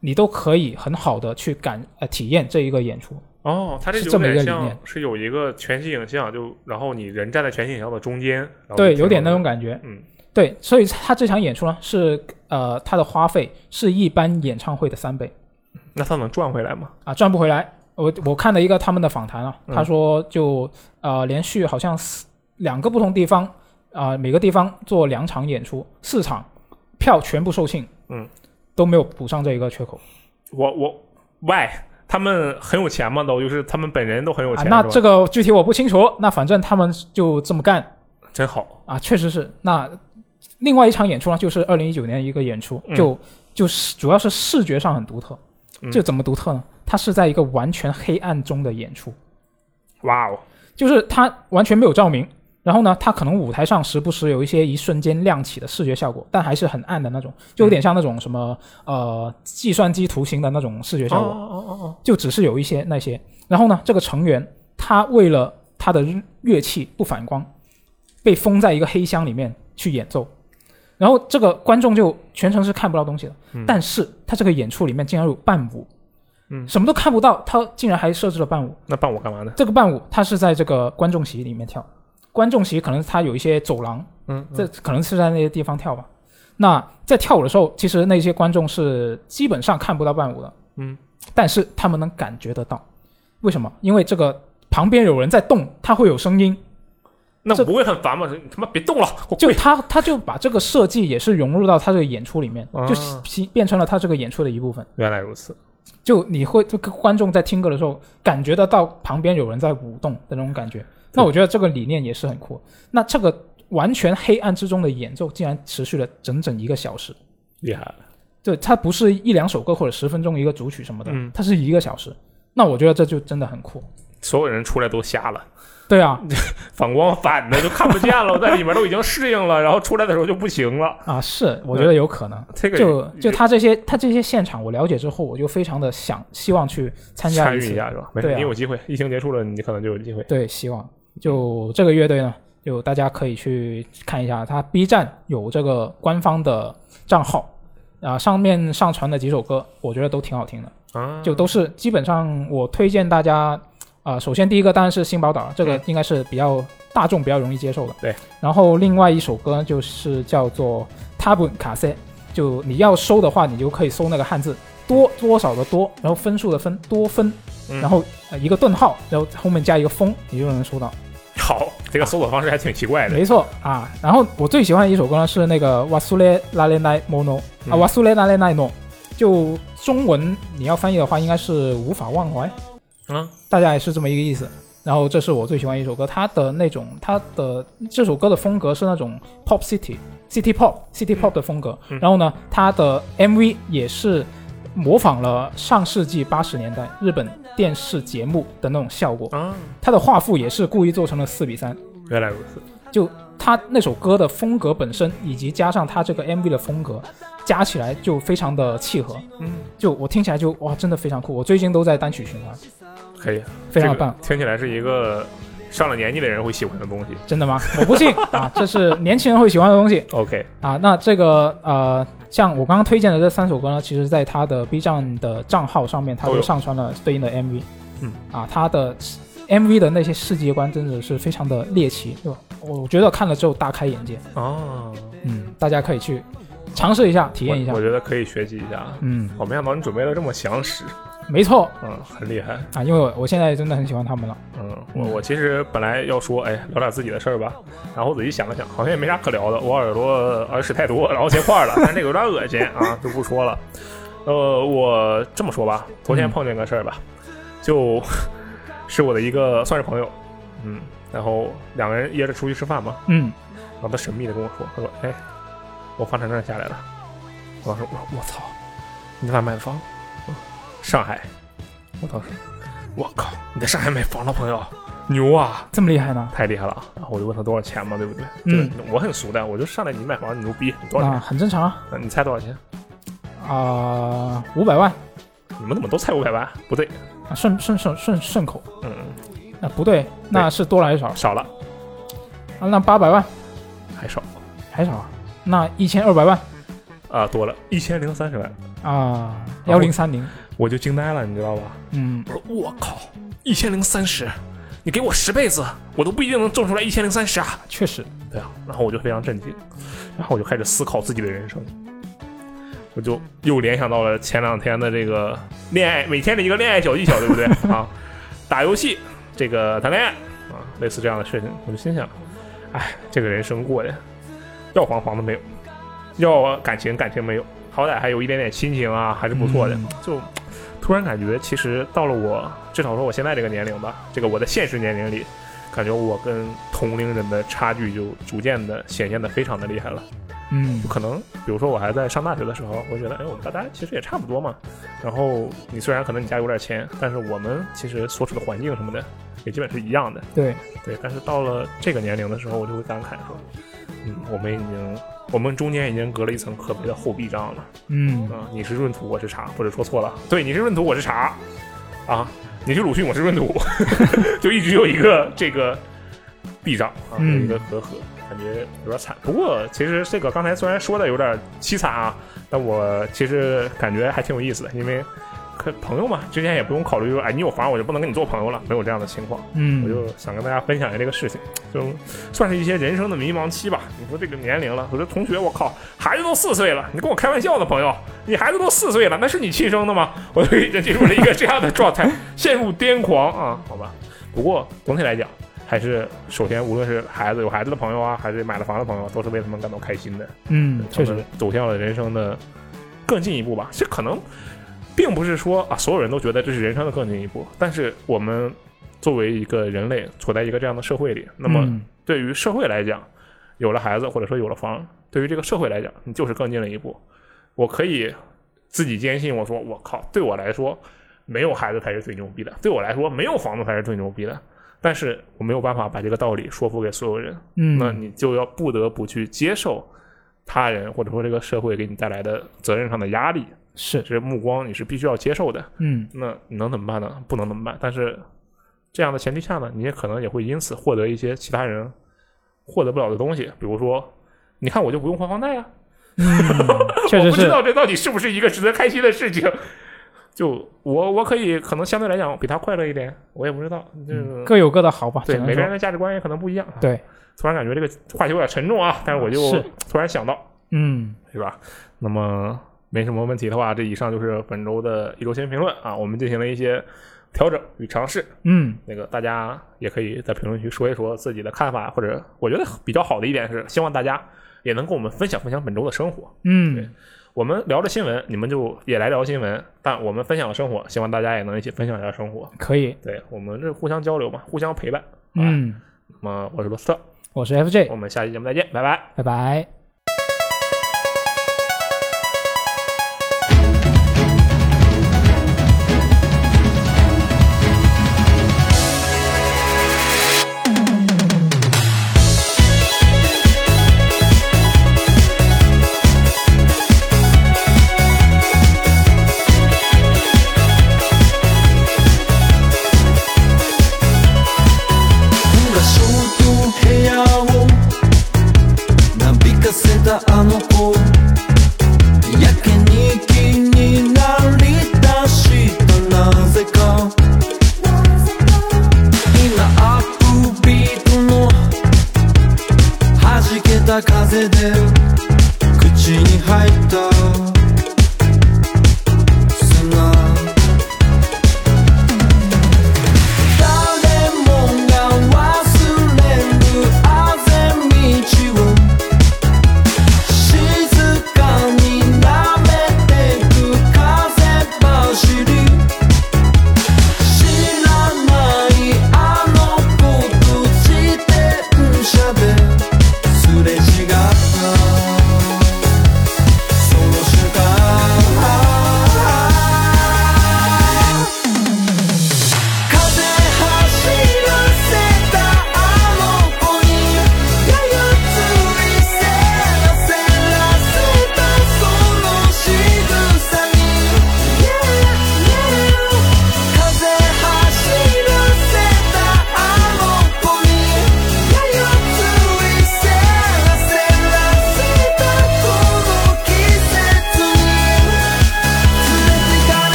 Speaker 1: 你都可以很好的去感呃体验这一个演出。
Speaker 2: 哦，它这
Speaker 1: 是
Speaker 2: 有
Speaker 1: 这么一
Speaker 2: 点
Speaker 1: 个理
Speaker 2: 像
Speaker 1: 念
Speaker 2: 是有一个全息影像，就然后你人站在全息影像的中间，然后
Speaker 1: 对，
Speaker 2: 就
Speaker 1: 有点
Speaker 2: 听
Speaker 1: 那
Speaker 2: 到
Speaker 1: 种感觉。
Speaker 2: 嗯，
Speaker 1: 对，所以他这场演出呢是呃，他的花费是一般演唱会的三倍。
Speaker 2: 那他能赚回来吗？
Speaker 1: 啊，赚不回来。我我看了一个他们的访谈啊，
Speaker 2: 嗯
Speaker 1: 他说就呃连续好像四两个不同地方啊、每个地方做两场演出，四场票全部售罄，
Speaker 2: 嗯，
Speaker 1: 都没有补上这一个缺口
Speaker 2: 我我 why 他们很有钱吗？都就是他们本人都很有
Speaker 1: 啊。
Speaker 2: 钱，
Speaker 1: 那
Speaker 2: 是吧
Speaker 1: 这个具体我不清楚，那反正他们就这么干
Speaker 2: 真好。
Speaker 1: 啊，确实是。那另外一场演出呢，就是二零一九年一个演出，
Speaker 2: 嗯
Speaker 1: 就就是主要是视觉上很独特
Speaker 2: 嗯，
Speaker 1: 这怎么独特呢？它是在一个完全黑暗中的演出。
Speaker 2: 哇哦，
Speaker 1: 就是它完全没有照明，然后呢，它可能舞台上时不时有一些一瞬间亮起的视觉效果，但还是很暗的那种，就有点像那种什么、呃计算机图形的那种视觉效果，
Speaker 2: 哦哦哦，
Speaker 1: 就只是有一些那些。然后呢，这个成员他为了他的乐器不反光，被封在一个黑箱里面去演奏。然后这个观众就全程是看不到东西的，
Speaker 2: 嗯
Speaker 1: 但是他这个演出里面竟然有伴舞，
Speaker 2: 嗯
Speaker 1: 什么都看不到，他竟然还设置了伴舞，
Speaker 2: 那伴我干嘛呢？
Speaker 1: 这个伴舞他是在这个观众席里面跳，观众席可能它有一些走廊，
Speaker 2: 嗯，
Speaker 1: 这可能是在那些地方跳吧。那在跳舞的时候，其实那些观众是基本上看不到伴舞的，
Speaker 2: 嗯，
Speaker 1: 但是他们能感觉得到，为什么？因为这个旁边有人在动，它会有声音，
Speaker 2: 那
Speaker 1: 这
Speaker 2: 不会很烦吗？你他妈别动了，我
Speaker 1: 就
Speaker 2: 跪
Speaker 1: 他他就把这个设计也是融入到他这个演出里面，
Speaker 2: 啊
Speaker 1: 就形变成了他这个演出的一部分。
Speaker 2: 原来如此，
Speaker 1: 就你会这个观众在听歌的时候，感觉得到旁边有人在舞动的那种感觉。那我觉得这个理念也是很酷。那这个完全黑暗之中的演奏，竟然持续了整整一个小时。
Speaker 2: 厉害了，
Speaker 1: 对，它不是一两首歌或者十分钟一个主曲什么的，
Speaker 2: 嗯
Speaker 1: 它是一个小时。那我觉得这就真的很酷。
Speaker 2: 所有人出来都瞎了，
Speaker 1: 对啊，
Speaker 2: 嗯反光反的就看不见了，
Speaker 1: [laughs]
Speaker 2: 我在里面都已经适应了，然后出来的时候就不行了，
Speaker 1: 啊是，我觉得有可能。
Speaker 2: 这个
Speaker 1: 就
Speaker 2: 也
Speaker 1: 就他这些他这些现场，我了解之后，我就非常的想希望去参加
Speaker 2: 参
Speaker 1: 一
Speaker 2: 与
Speaker 1: 次
Speaker 2: 一。下是吧？没
Speaker 1: 对
Speaker 2: 事，
Speaker 1: 啊
Speaker 2: 你有机会，疫情结束了，你可能就有机会。
Speaker 1: 对，希望就这个乐队呢，就大家可以去看一下，它 B 站有这个官方的账号啊，上面上传的几首歌，我觉得都挺好听的，
Speaker 2: 啊，
Speaker 1: 就都是基本上我推荐大家啊、首先第一个当然是《新宝岛》，这个
Speaker 2: 嗯
Speaker 1: 应该是比较大众比较容易接受的。
Speaker 2: 对，
Speaker 1: 然后另外一首歌就是叫做《他本卡塞》，就你要搜的话，你就可以搜那个汉字。多多少的多，然后分数的分多分，
Speaker 2: 嗯
Speaker 1: 然后、呃、一个顿号，然后后面加一个风，你就能搜到。
Speaker 2: 好，这个搜索方式还挺奇怪的。
Speaker 1: 没错啊，然后我最喜欢的一首歌呢是那个《瓦苏雷拉雷奈莫诺》啊，《
Speaker 2: 嗯
Speaker 1: 瓦苏雷拉雷奈诺》，就中文你要翻译的话，应该是无法忘怀，
Speaker 2: 嗯，
Speaker 1: 大概是这么一个意思。然后这是我最喜欢的一首歌，它的那种它的这首歌的风格是那种 pop city city pop city pop 的风格。
Speaker 2: 嗯
Speaker 1: 然后呢，它的 MV 也是模仿了上世纪八十年代日本电视节目的那种效果，
Speaker 2: 啊，
Speaker 1: 它的画幅也是故意做成了四比三。
Speaker 2: 原来如此，
Speaker 1: 就他那首歌的风格本身，以及加上他这个 MV 的风格，加起来就非常的契合。
Speaker 2: 嗯，
Speaker 1: 就我听起来就哇，真的非常酷。我最近都在单曲循环，
Speaker 2: 可以，啊
Speaker 1: 非常的
Speaker 2: 这个
Speaker 1: 棒。
Speaker 2: 听起来是一个上了年纪的人会喜欢的东西。
Speaker 1: 真的吗？我不信 [laughs] 啊，这是年轻人会喜欢的东西
Speaker 2: OK，
Speaker 1: 啊。那这个呃，像我刚刚推荐的这三首歌呢，其实在他的 B 站的账号上面，他
Speaker 2: 都
Speaker 1: 都
Speaker 2: 有
Speaker 1: 上传了对应的 MV。
Speaker 2: 嗯，
Speaker 1: 啊，他的 MV 的那些世界观真的是非常的猎奇，对吧？我觉得看了之后大开眼界。
Speaker 2: 哦，
Speaker 1: 嗯，大家可以去尝试一下，体验一下
Speaker 2: 我我。觉得可以学习一下。啊
Speaker 1: 嗯，
Speaker 2: 我没想到你准备的这么详实，
Speaker 1: 没错
Speaker 2: 嗯，很厉害，
Speaker 1: 啊，因为我我现在真的很喜欢他们了。
Speaker 2: 嗯，我我其实本来要说，哎，聊点自己的事儿吧，然后我仔细想了想，好像也没啥可聊的，我耳朵耳屎太多，然后结块儿了，但这个有点恶心啊，就不说了。呃，我这么说吧，昨天
Speaker 1: 嗯
Speaker 2: 碰见个事儿吧，就是我的一个算是朋友，嗯，然后两个人约着出去吃饭嘛，
Speaker 1: 嗯，
Speaker 2: 然后他神秘的跟我说，他说：“哎，我房产证下来了。”我当时我我操，你在哪买的房？嗯上海。我当时，我靠，你在上海买房了，朋友，牛啊，
Speaker 1: 这么厉害呢？
Speaker 2: 太厉害了啊！然后我就问他多少钱嘛，对不对？
Speaker 1: 嗯
Speaker 2: 对，我很俗的，我就上来你买房，你牛逼，你多少
Speaker 1: 啊，
Speaker 2: 钱？
Speaker 1: 很正常啊
Speaker 2: 嗯你猜多少钱？
Speaker 1: 啊，五、百万
Speaker 2: 你们怎么都猜五百万？不对，
Speaker 1: 啊，顺顺顺顺顺口
Speaker 2: 嗯，
Speaker 1: 啊，不对，那是多了还是少
Speaker 2: 少了，
Speaker 1: 啊？那八百万
Speaker 2: 还少，
Speaker 1: 还少啊？那一千二百万
Speaker 2: 啊、多了一千零三十万，
Speaker 1: 啊，
Speaker 2: 然
Speaker 1: 幺
Speaker 2: 后
Speaker 1: 零三零，
Speaker 2: 我就惊呆了，你知道吧？
Speaker 1: 嗯，
Speaker 2: 我说我靠，一千零三十，你给我十辈子，我都不一定能挣出来一千零三十啊！
Speaker 1: 确实，
Speaker 2: 对啊，然后我就非常震惊，然后我就开始思考自己的人生，我就又联想到了前两天的这个恋爱，每天的一个恋爱小技巧，对不对啊？打游戏，这个谈恋爱啊，类似这样的事情，我就心想，哎，这个人生过的，要黄黄的没有，要感情感情没有，好歹还有一点点亲情啊，还是不错的。
Speaker 1: 嗯
Speaker 2: 就突然感觉，其实到了我至少说我现在这个年龄吧，这个我的现实年龄里，感觉我跟同龄人的差距就逐渐的显现的非常的厉害了。
Speaker 1: 嗯
Speaker 2: 可能比如说我还在上大学的时候，我觉得哎，我们大家其实也差不多嘛。然后你虽然可能你家有点钱，但是我们其实所处的环境什么的也基本是一样的。
Speaker 1: 对，
Speaker 2: 对，但是到了这个年龄的时候，我就会感慨说，嗯，我们已经，我们中间已经隔了一层可悲的厚壁障了。
Speaker 1: 嗯
Speaker 2: 啊、你是闰土，我是茶，或者说错了，对，你是闰土，我是茶，啊，你是鲁迅，我是闰土， [laughs] 就一直有一个这个壁障啊，有
Speaker 1: 嗯
Speaker 2: 一个隔阂，感觉有点惨。不过其实这个刚才虽然说的有点凄惨啊，但我其实感觉还挺有意思的，因为可朋友嘛，之前也不用考虑说，哎，你有房我就不能跟你做朋友了，没有这样的情况。我
Speaker 1: 嗯，
Speaker 2: 就想跟大家分享一下这个事情，就算是一些人生的迷茫期吧。你说这个年龄了，我说同学，我靠，孩子都四岁了，你跟我开玩笑呢，朋友，你孩子都四岁了，那是你亲生的吗？ [laughs] 我就已经进入了一个这样的状态， [laughs] 陷入癫狂啊，好吧。不过总体来讲，还是首先无论是孩子有孩子的朋友啊，还是买了房的朋友，都是为他们感到开心的。
Speaker 1: 嗯，确实，，
Speaker 2: 走向了人生的更进一步吧。这可能并不是说啊，所有人都觉得这是人生的更进一步，但是我们作为一个人类处在一个这样的社会里，那么
Speaker 1: 嗯
Speaker 2: 对于社会来讲，有了孩子或者说有了房，对于这个社会来讲，你就是更进了一步。我可以自己坚信，我说我靠，对我来说没有孩子才是最牛逼的，对我来说没有房子才是最牛逼的。但是我没有办法把这个道理说服给所有人，那
Speaker 1: 嗯，
Speaker 2: 你就要不得不去接受他人或者说这个社会给你带来的责任上的压力，
Speaker 1: 是，
Speaker 2: 这目光你是必须要接受的。
Speaker 1: 嗯
Speaker 2: 那你能怎么办呢？不能怎么办？但是这样的前提下呢，你也可能也会因此获得一些其他人获得不了的东西，比如说，你看我就不用还房贷啊，
Speaker 1: 嗯
Speaker 2: [laughs]
Speaker 1: 确
Speaker 2: 我
Speaker 1: 实
Speaker 2: 不知
Speaker 1: 是，
Speaker 2: 道这到底是不是一个值得开心的事情。就我我可以可能相对来讲比他快乐一点，我也不知道，就是、
Speaker 1: 各有各的好吧，
Speaker 2: 对
Speaker 1: 只能
Speaker 2: 每个人
Speaker 1: 说，
Speaker 2: 的价值观也可能不一样。啊
Speaker 1: 对，
Speaker 2: 突然感觉这个话题有点沉重啊，但是我就是突然想到，
Speaker 1: 嗯，
Speaker 2: 对吧？那么没什么问题的话，这以上就是本周的一周新评论啊，我们进行了一些调整与尝试。
Speaker 1: 嗯，
Speaker 2: 那个大家也可以在评论区说一说自己的看法，或者我觉得比较好的一点是，希望大家也能跟我们分享分享本周的生活。
Speaker 1: 嗯，
Speaker 2: 我们聊着新闻，你们就也来聊新闻，但我们分享了生活，希望大家也能一起分享一下生活。
Speaker 1: 可以，
Speaker 2: 对我们这互相交流嘛，互相陪伴。好吧，
Speaker 1: 嗯，
Speaker 2: 那么我是罗斯特，
Speaker 1: 我是 FJ，
Speaker 2: 我们下期节目再见，拜拜。
Speaker 1: 拜拜。
Speaker 4: がショートヘアをなびかせたあの子やけに気になりだしたなぜか今アップビートの弾けた風で口に入った